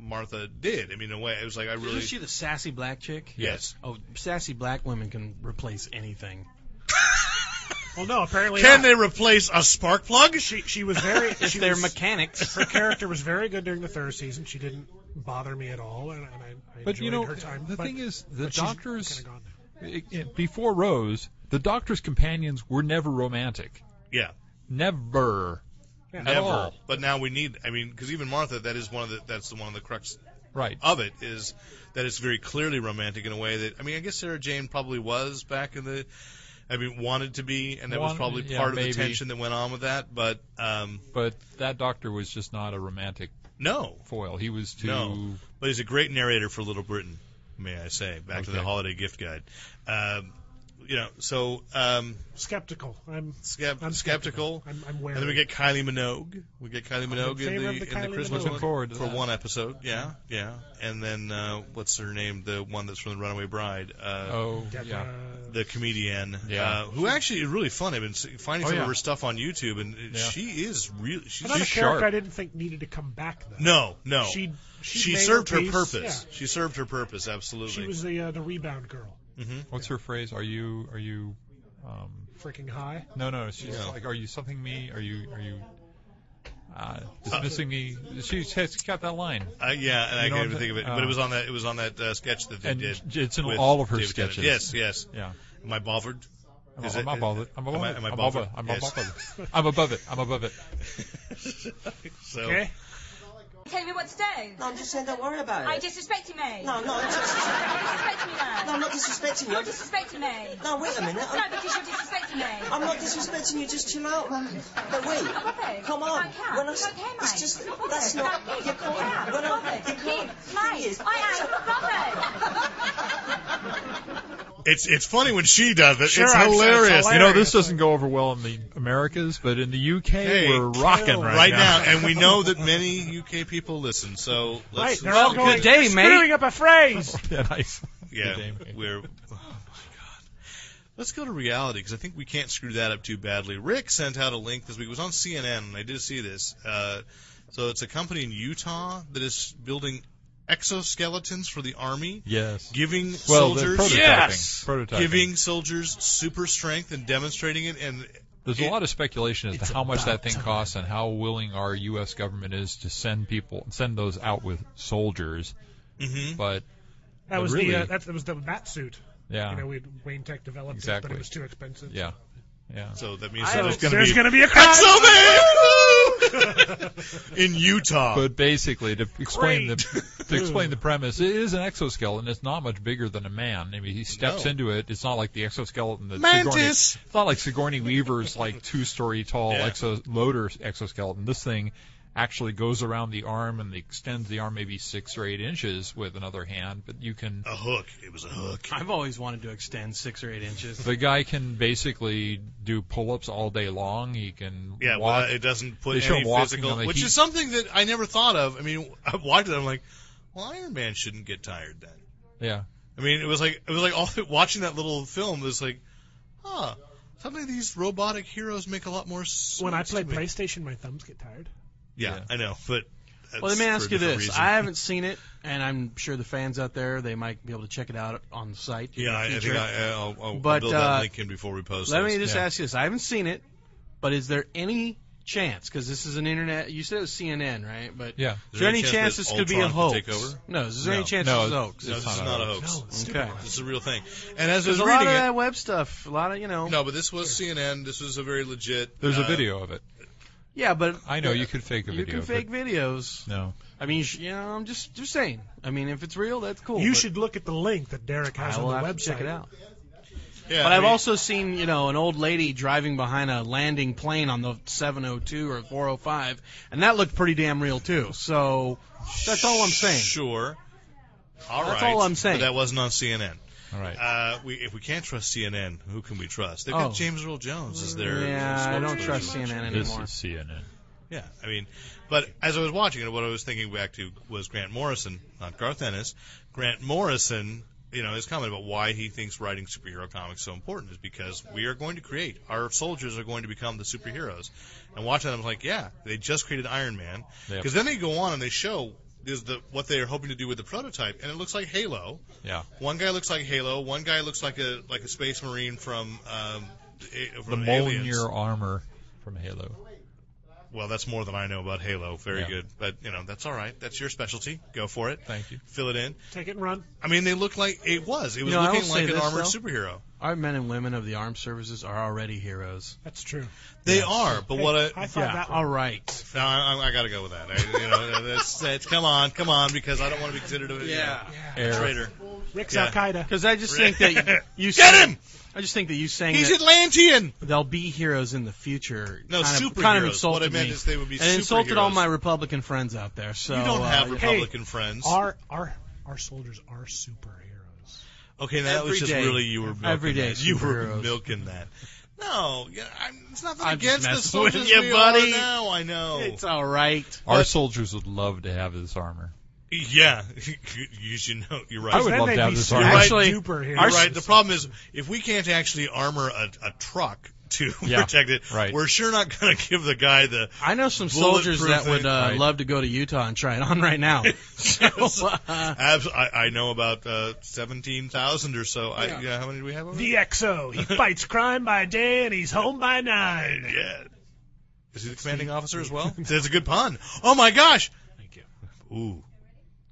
Martha did. I mean, in a way, it was like I really Is she the sassy black chick? yes. Oh, sassy black women can replace anything. Well, no, apparently Can not. they replace a spark plug? She she was very. If she they're was, mechanics. her character was very good during the third season. She didn't bother me at all, and, and I, I But you enjoyed know, her time. the but, thing is, the but she's doctors kinda gone now. it- it- before Rose, the doctor's companions were never romantic. Yeah, Never. Yeah. At never. all. But now we need. I mean, because even Martha, that is one of the that's the one of the crux Right. of it is that it's very clearly romantic in a way that I mean I guess Sarah Jane probably was back in the I mean wanted to be and that was Wanted- probably yeah, part of maybe. the tension that went on with that but um But that doctor was just not a romantic no foil. He was too No. but he's a great narrator for Little Britain may I say back to the Okay. holiday gift guide um you know so um skeptical. I'm skep- I'm skeptical I'm, I'm wary. and then we get Kylie Minogue we get Kylie Minogue in favor the, of the in the Kylie Christmas Minogue. looking forward to for that. one episode yeah yeah and then uh what's her name the one that's from the Runaway Bride uh Oh Deborah- yeah. the comedian, Yeah. uh, who actually is really fun. I've been s- finding Oh, some yeah. of her stuff on YouTube, and it- Yeah. she is really she's Another she's character sharp. I didn't think needed to come back though. no, no. She, She she, made served her, piece. purpose. Yeah. She served her purpose absolutely. Mm-hmm. She was the uh, the rebound girl. What's her phrase? Are you are you um Freaking high. no no, she's Yeah. like are you something me? Are you are you uh, dismissing me? She's, she's got that line. uh, yeah, and I You know can't even what think of it, the- but it uh, was on that it was on that uh, sketch that they And did. it's in with all of her David Tennant. sketches. Yes, yes. Yeah. Am I bothered? I'm, Is I'm it- above it. I'm am above I- it. am I I'm bothered? above it. I'm above Yes. it. I'm above it. I'm above it. so Okay. Tell me what's down. No, I'm just saying, don't worry about it. Are you disrespecting me? No, no, I'm just, You're disrespecting me no, now. I'm not disrespecting you. You're I'm just- disrespecting me. No, wait a minute. No, I'm, because you're disrespecting me. I'm not disrespecting you. Just chill out. But I'm wait, whopping. come on. I can't. When I, it's s- okay, mate. it's just that's Whopping. not. Whopping. You can't. Yeah, When I, whopping. you can't. Mate, Thing is, I ain't it's it's funny when she does it. Sure, it's I'm- it's hilarious. You know, this doesn't go over well in the Americas, but in the UK, Hey, we're rocking kill right, right now, and we know that many UK people listen. So Right. let's They're all going. good day, you're mate." Screwing up a phrase. yeah, nice. Yeah, Good day, mate. we're. Oh my god. Let's go to reality because I think we can't screw that up too badly. Rick sent out a link this week. It was on CNN, and I did see this. Uh, so it's a company in Utah that is building exoskeletons for the army, Yes. giving Well, the soldiers prototyping. Yes! Prototyping. giving soldiers super strength and demonstrating it. And There's a It- lot of speculation as it's to how much about that thing time. costs and how willing our U.S. government is to send people, send those out with soldiers. Mhm. But That was Really? the uh, that, that was the bat suit. yeah, You know, we Wayne Tech developed it, but Exactly. it was too expensive. yeah, yeah. so that means I that there's don't- going there's to be gonna be a crash. exoman in Utah. But basically, to explain Great. the to Hmm. explain the premise, it is an exoskeleton. It's not much bigger than a man. I mean, he steps No. into it. It's not like the exoskeleton that Sigourney. Mantis. It's not like Sigourney Weaver's like two-story tall Yeah. exo loader exoskeleton. This thing actually goes around the arm and extends the arm maybe six or eight inches with another hand. But you can a hook. It was a hook. I've always wanted to extend six or eight inches. The guy can basically do pull-ups all day long. He can Yeah, walk. well, it doesn't They put show any him walking physical, on the which heat. is something that I never thought of. I mean, I watched it. I'm like, well, Iron Man shouldn't get tired then. yeah, I mean, it was like it was like all watching that little film was like, huh. Suddenly these robotic heroes make a lot more sense. When I play to me. PlayStation, my thumbs get tired. yeah, Yeah. I know, but Well, let me that's ask for you a different this: reason. I haven't seen it, and I'm sure the fans out there they might be able to check it out on the site. in yeah, the I, I think future. I, I'll, I'll, I'll But, build uh, that link in before we post. Let this. me just yeah. ask you this: I haven't seen it, but is there any chance? Because this is an internet. You said it was CNN, right? But yeah. is there any chance that this could be a Ultron hoax? could take over? No, is there any No. chance No, this is a hoax? No, It's this is not a not a hoax. hoax. Okay. This is a real thing. And as I was There's a lot of reading it, that web stuff. A lot of you know. no, but this was CNN. This was a very legit. There's uh, a video of it. Yeah, but I know you could fake a you video. can fake videos. but No. I mean, you sh- you know, I'm just just saying. I mean, if it's real, that's cool. You but should look at the link that Derek has I on will the have website. to check it out. Yeah, But I I've mean, also seen, you know, an old lady driving behind a landing plane on the 702 or 405, and that looked pretty damn real too. So that's all I'm saying. Sure. All That's right. all I'm saying. But that wasn't on CNN. All right. Uh, we, if we can't trust CNN, who can we trust? They've Oh. got James Earl Jones as their. Yeah, I don't spokesperson. trust CNN this anymore. is CNN. Yeah, I mean, but as I was watching it, what I was thinking back to was Grant Morrison, not Garth Ennis. Grant Morrison, you know, his comment about why he thinks writing superhero comics is so important is because we are going to create our soldiers are going to become the superheroes. And watching them, I was like, yeah, they just created Iron Man Yep. because then they go on and they show is the what they are hoping to do with the prototype, and it looks like Halo. Yeah. One guy looks like Halo. One guy looks like a like a space marine from um, a- The from Aliens. Mjolnir armor from Halo. Well, that's more than I know about Halo. Very Yeah. good, but you know that's all right. That's your specialty. Go for it. Thank you. Fill it in. Take it and run. I mean, they look like it was. It was You know, I looking will like say an this, armored though. superhero. Our men and women of the armed services are already heroes. That's true. They are, but what Hey, a high five that All one. right. no, I, I- I got to go with that. I, you know, that's, that's, come on, come on, because I don't want to be considered a, you know, a Air. traitor. Rick's Yeah. Al Qaeda. Because I just think that you Get saying- him! I just think that you saying He's that Atlantean. they'll be heroes in the future. No, kind of, superheroes. kind of what insulted I meant me. is they would be and insulted all superheroes. my Republican friends out there. So You don't uh, have yeah. Republican friends. Our our our soldiers are superheroes. Okay, that Every was just day. really you were milking Every day, that. You were superheroes. milking that. No, yeah, I'm, it's nothing I'm just against the messing with soldiers you, we buddy. are now. I know. It's all right. Our soldiers would love to have this armor. yeah, you should know. You're right. I would Then love they'd to have be this super armor. You're right. Actually, duper You're our- heroes. right. The problem is if we can't actually armor a, a truck to Yeah, protect it, right. we're sure not going to give the guy the. I know some soldiers that would uh, Right. love to go to Utah and try it on right now. So, uh, Abs- I, I know about uh, seventeen thousand or so. I, yeah, how many do we have? Over there? The XO. He fights crime by day and he's home by nine. Yeah. Is he the commanding officer as well? That's a good pun. Oh my gosh. Thank you. Ooh.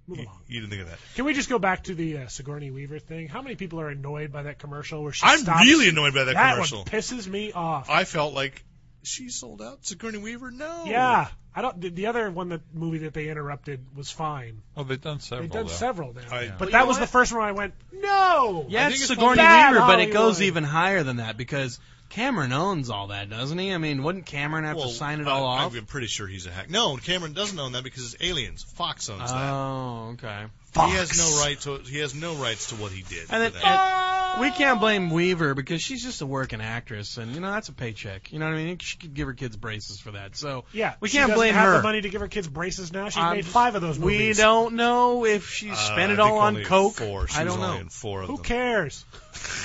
Move You, along. you didn't think of that. Can we just go back to the uh, Sigourney Weaver thing? How many people are annoyed by that commercial where she I'm stops? really annoyed by that, that commercial. one pisses me off. I felt like she sold out. Sigourney Weaver? No. Yeah, I don't. The, the other one, that movie that they interrupted was fine. Oh, they've done several. They've done though. several now, I- but you that know was the what? first one I went no. yeah, think it's it's Sigourney bad Weaver, but it goes Hollywood. even higher than that because Cameron owns all that, doesn't he? I mean, wouldn't Cameron have Well, to sign it all I, off? I'm pretty sure he's a hack. No, Cameron doesn't own that because it's aliens. Fox owns that. Oh, okay. He has no right to. He has no rights to what he did. And uh, with it, that. it- we can't blame Weaver because she's just a working actress, and you know that's a paycheck. You know what I mean? She could give her kids braces for that. So Yeah, We she can't doesn't blame have her. the money to give her kids braces now. She's I'm made just- five of those movies. Um, we don't know if she Uh, spent I it think all on only coke. Four. She I was don't only know. in four of Who them. cares?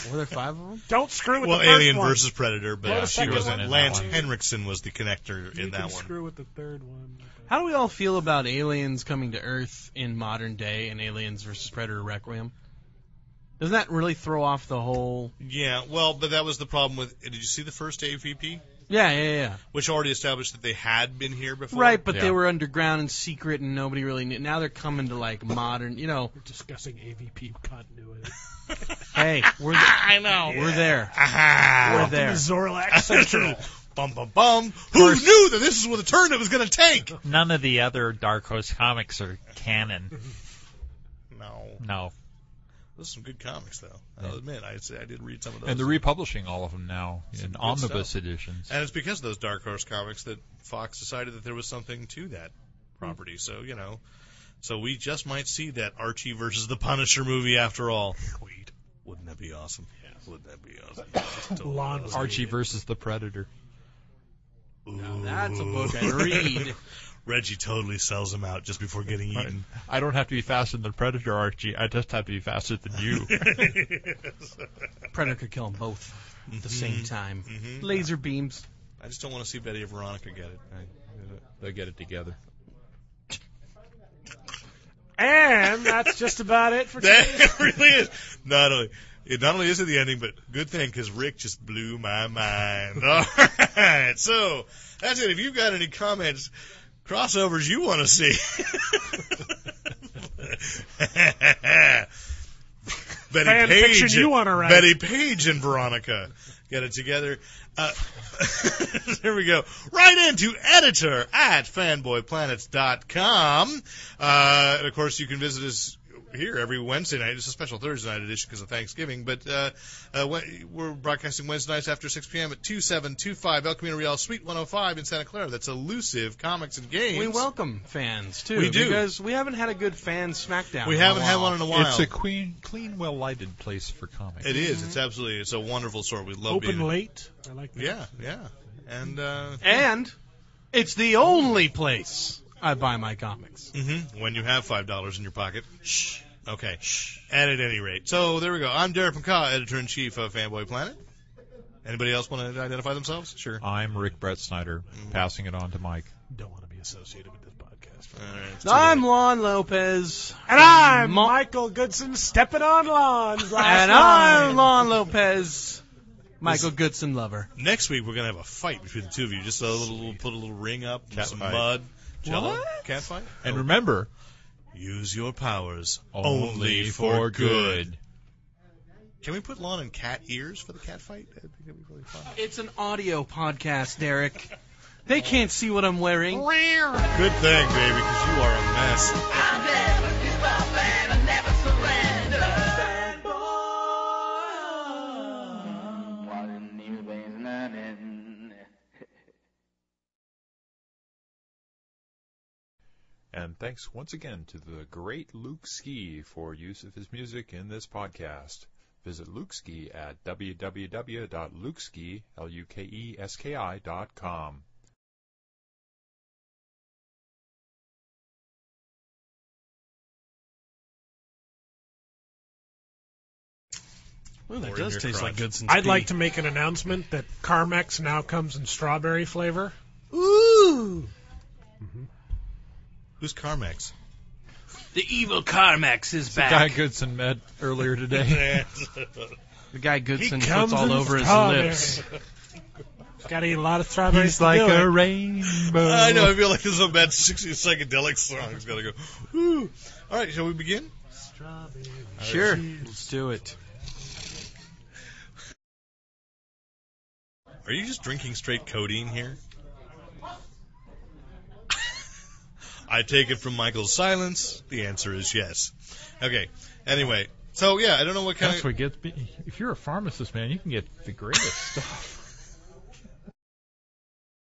Were there five of them? Don't screw with Well, the first Alien one. versus Predator, but Well, the she second wasn't. one- Lance in Henriksen was the connector You in can that one. screw with the third one. How do we all feel about aliens coming to Earth in modern day and Aliens versus Predator Requiem? Doesn't that really throw off the whole? Yeah, well, but that was the problem with. Did you see the first AVP, Yeah, yeah, yeah. which already established that they had been here before? Right, but Yeah. they were underground and secret, and nobody really knew. Now they're coming to like modern. You know, We're discussing AVP continuity. hey, we're th- I know. we're there. Aha. We're there. Zorlax Central. Ah, bum bum bum. Who knew that this is what the turn it was going to take? None of the other Dark Horse comics are canon. No, No. those are some good comics though. I'll admit, I I did read some of those. And they're republishing all of them now in good omnibus stuff. editions. And it's because of those Dark Horse comics that Fox decided that there was something to that property. So, you know, so we just might see that Archie versus the Punisher movie after all. Sweet. Wouldn't that be awesome? Yeah. Wouldn't that be awesome? Just totally Lawn awesome. Archie versus the Predator. Ooh. That's a book I read. Reggie totally sells him out just before getting eaten. I don't have to be faster than Predator, Archie. I just have to be faster than you. Predator could kill them both at the same Mm-hmm. time. Laser beams. I just don't want to see Betty and Veronica get it. They'll get it together. and that's just about it for today. That really is not only it not only is it the ending, but good thing because Rick just blew my mind. All right, so that's it. If you've got any comments, crossovers you want to see, Betty Fan Page, fiction you wanna write. Betty Page and Veronica. Get it together. Uh, there we go. Right into editor at fanboyplanets.com. Uh, and of course, you can visit us here every Wednesday night. It's a special Thursday night edition because of Thanksgiving, but uh, uh, we- we're broadcasting Wednesday nights after 6 p.m. at 2725 El Camino Real Suite 105 in Santa Clara. That's elusive comics and games. We welcome fans too. We do. because we haven't had a good fan smackdown. We in a haven't had while. one in a while. It's a clean, clean, well lighted place for comics. It is. It's absolutely. It's a wonderful store. We love being Open in- late. I like that. Yeah, yeah. And uh, And it's the only place I buy my comics. hmm when you have five dollars in your pocket. Shh. Okay. Shh. And at any rate, so there we go. I'm Derek McCaw, editor in chief of Fanboy Planet. Anybody else want to identify themselves? Sure. I'm Rick Brett Snyder, passing it on to Mike. Don't want to be associated with this podcast. All right, it's too I'm late. Lon Lopez. And I'm Mo- Michael Goodson stepping on lawns last and I'm night. Lon Lopez, Michael Goodson lover. Next week we're gonna have a fight between the two of you. Just a little, little- put a little ring up, Cat some fight. mud, jello, What? cat fight. And Oh. remember, use your powers only for good. Can we put lawn and cat ears for the cat fight? I think that'd be really fun. It's an audio podcast, Derek. They can't see what I'm wearing. Good thing, baby, because you are a mess. And thanks once again to the great Luke Ski for use of his music in this podcast. Visit Luke Ski at www.lukeski, E L-U-K-E-S-K-I dot com. Ooh, Or that in does your taste like crotch. Goodson's I'd pee. like to make an announcement that Carmex now comes in strawberry flavor. Ooh, Who's Carmex? the evil Carmex is back. Guy Goodson met earlier today. The guy Goodson puts He comes all in over his strawberry. lips. Got to eat a lot of strawberries. to do it. Uh, rainbow. I know. I feel like this is a bad 60s psychedelic song. It's got to go. Woo. All right, shall we begin? Sure, let's do it. Are you just drinking straight codeine here? I take it from Michael's silence. The answer is yes. Okay. Anyway, so yeah, I don't know what kind That's of. what gets me. If you're a pharmacist, man, you can get the greatest stuff.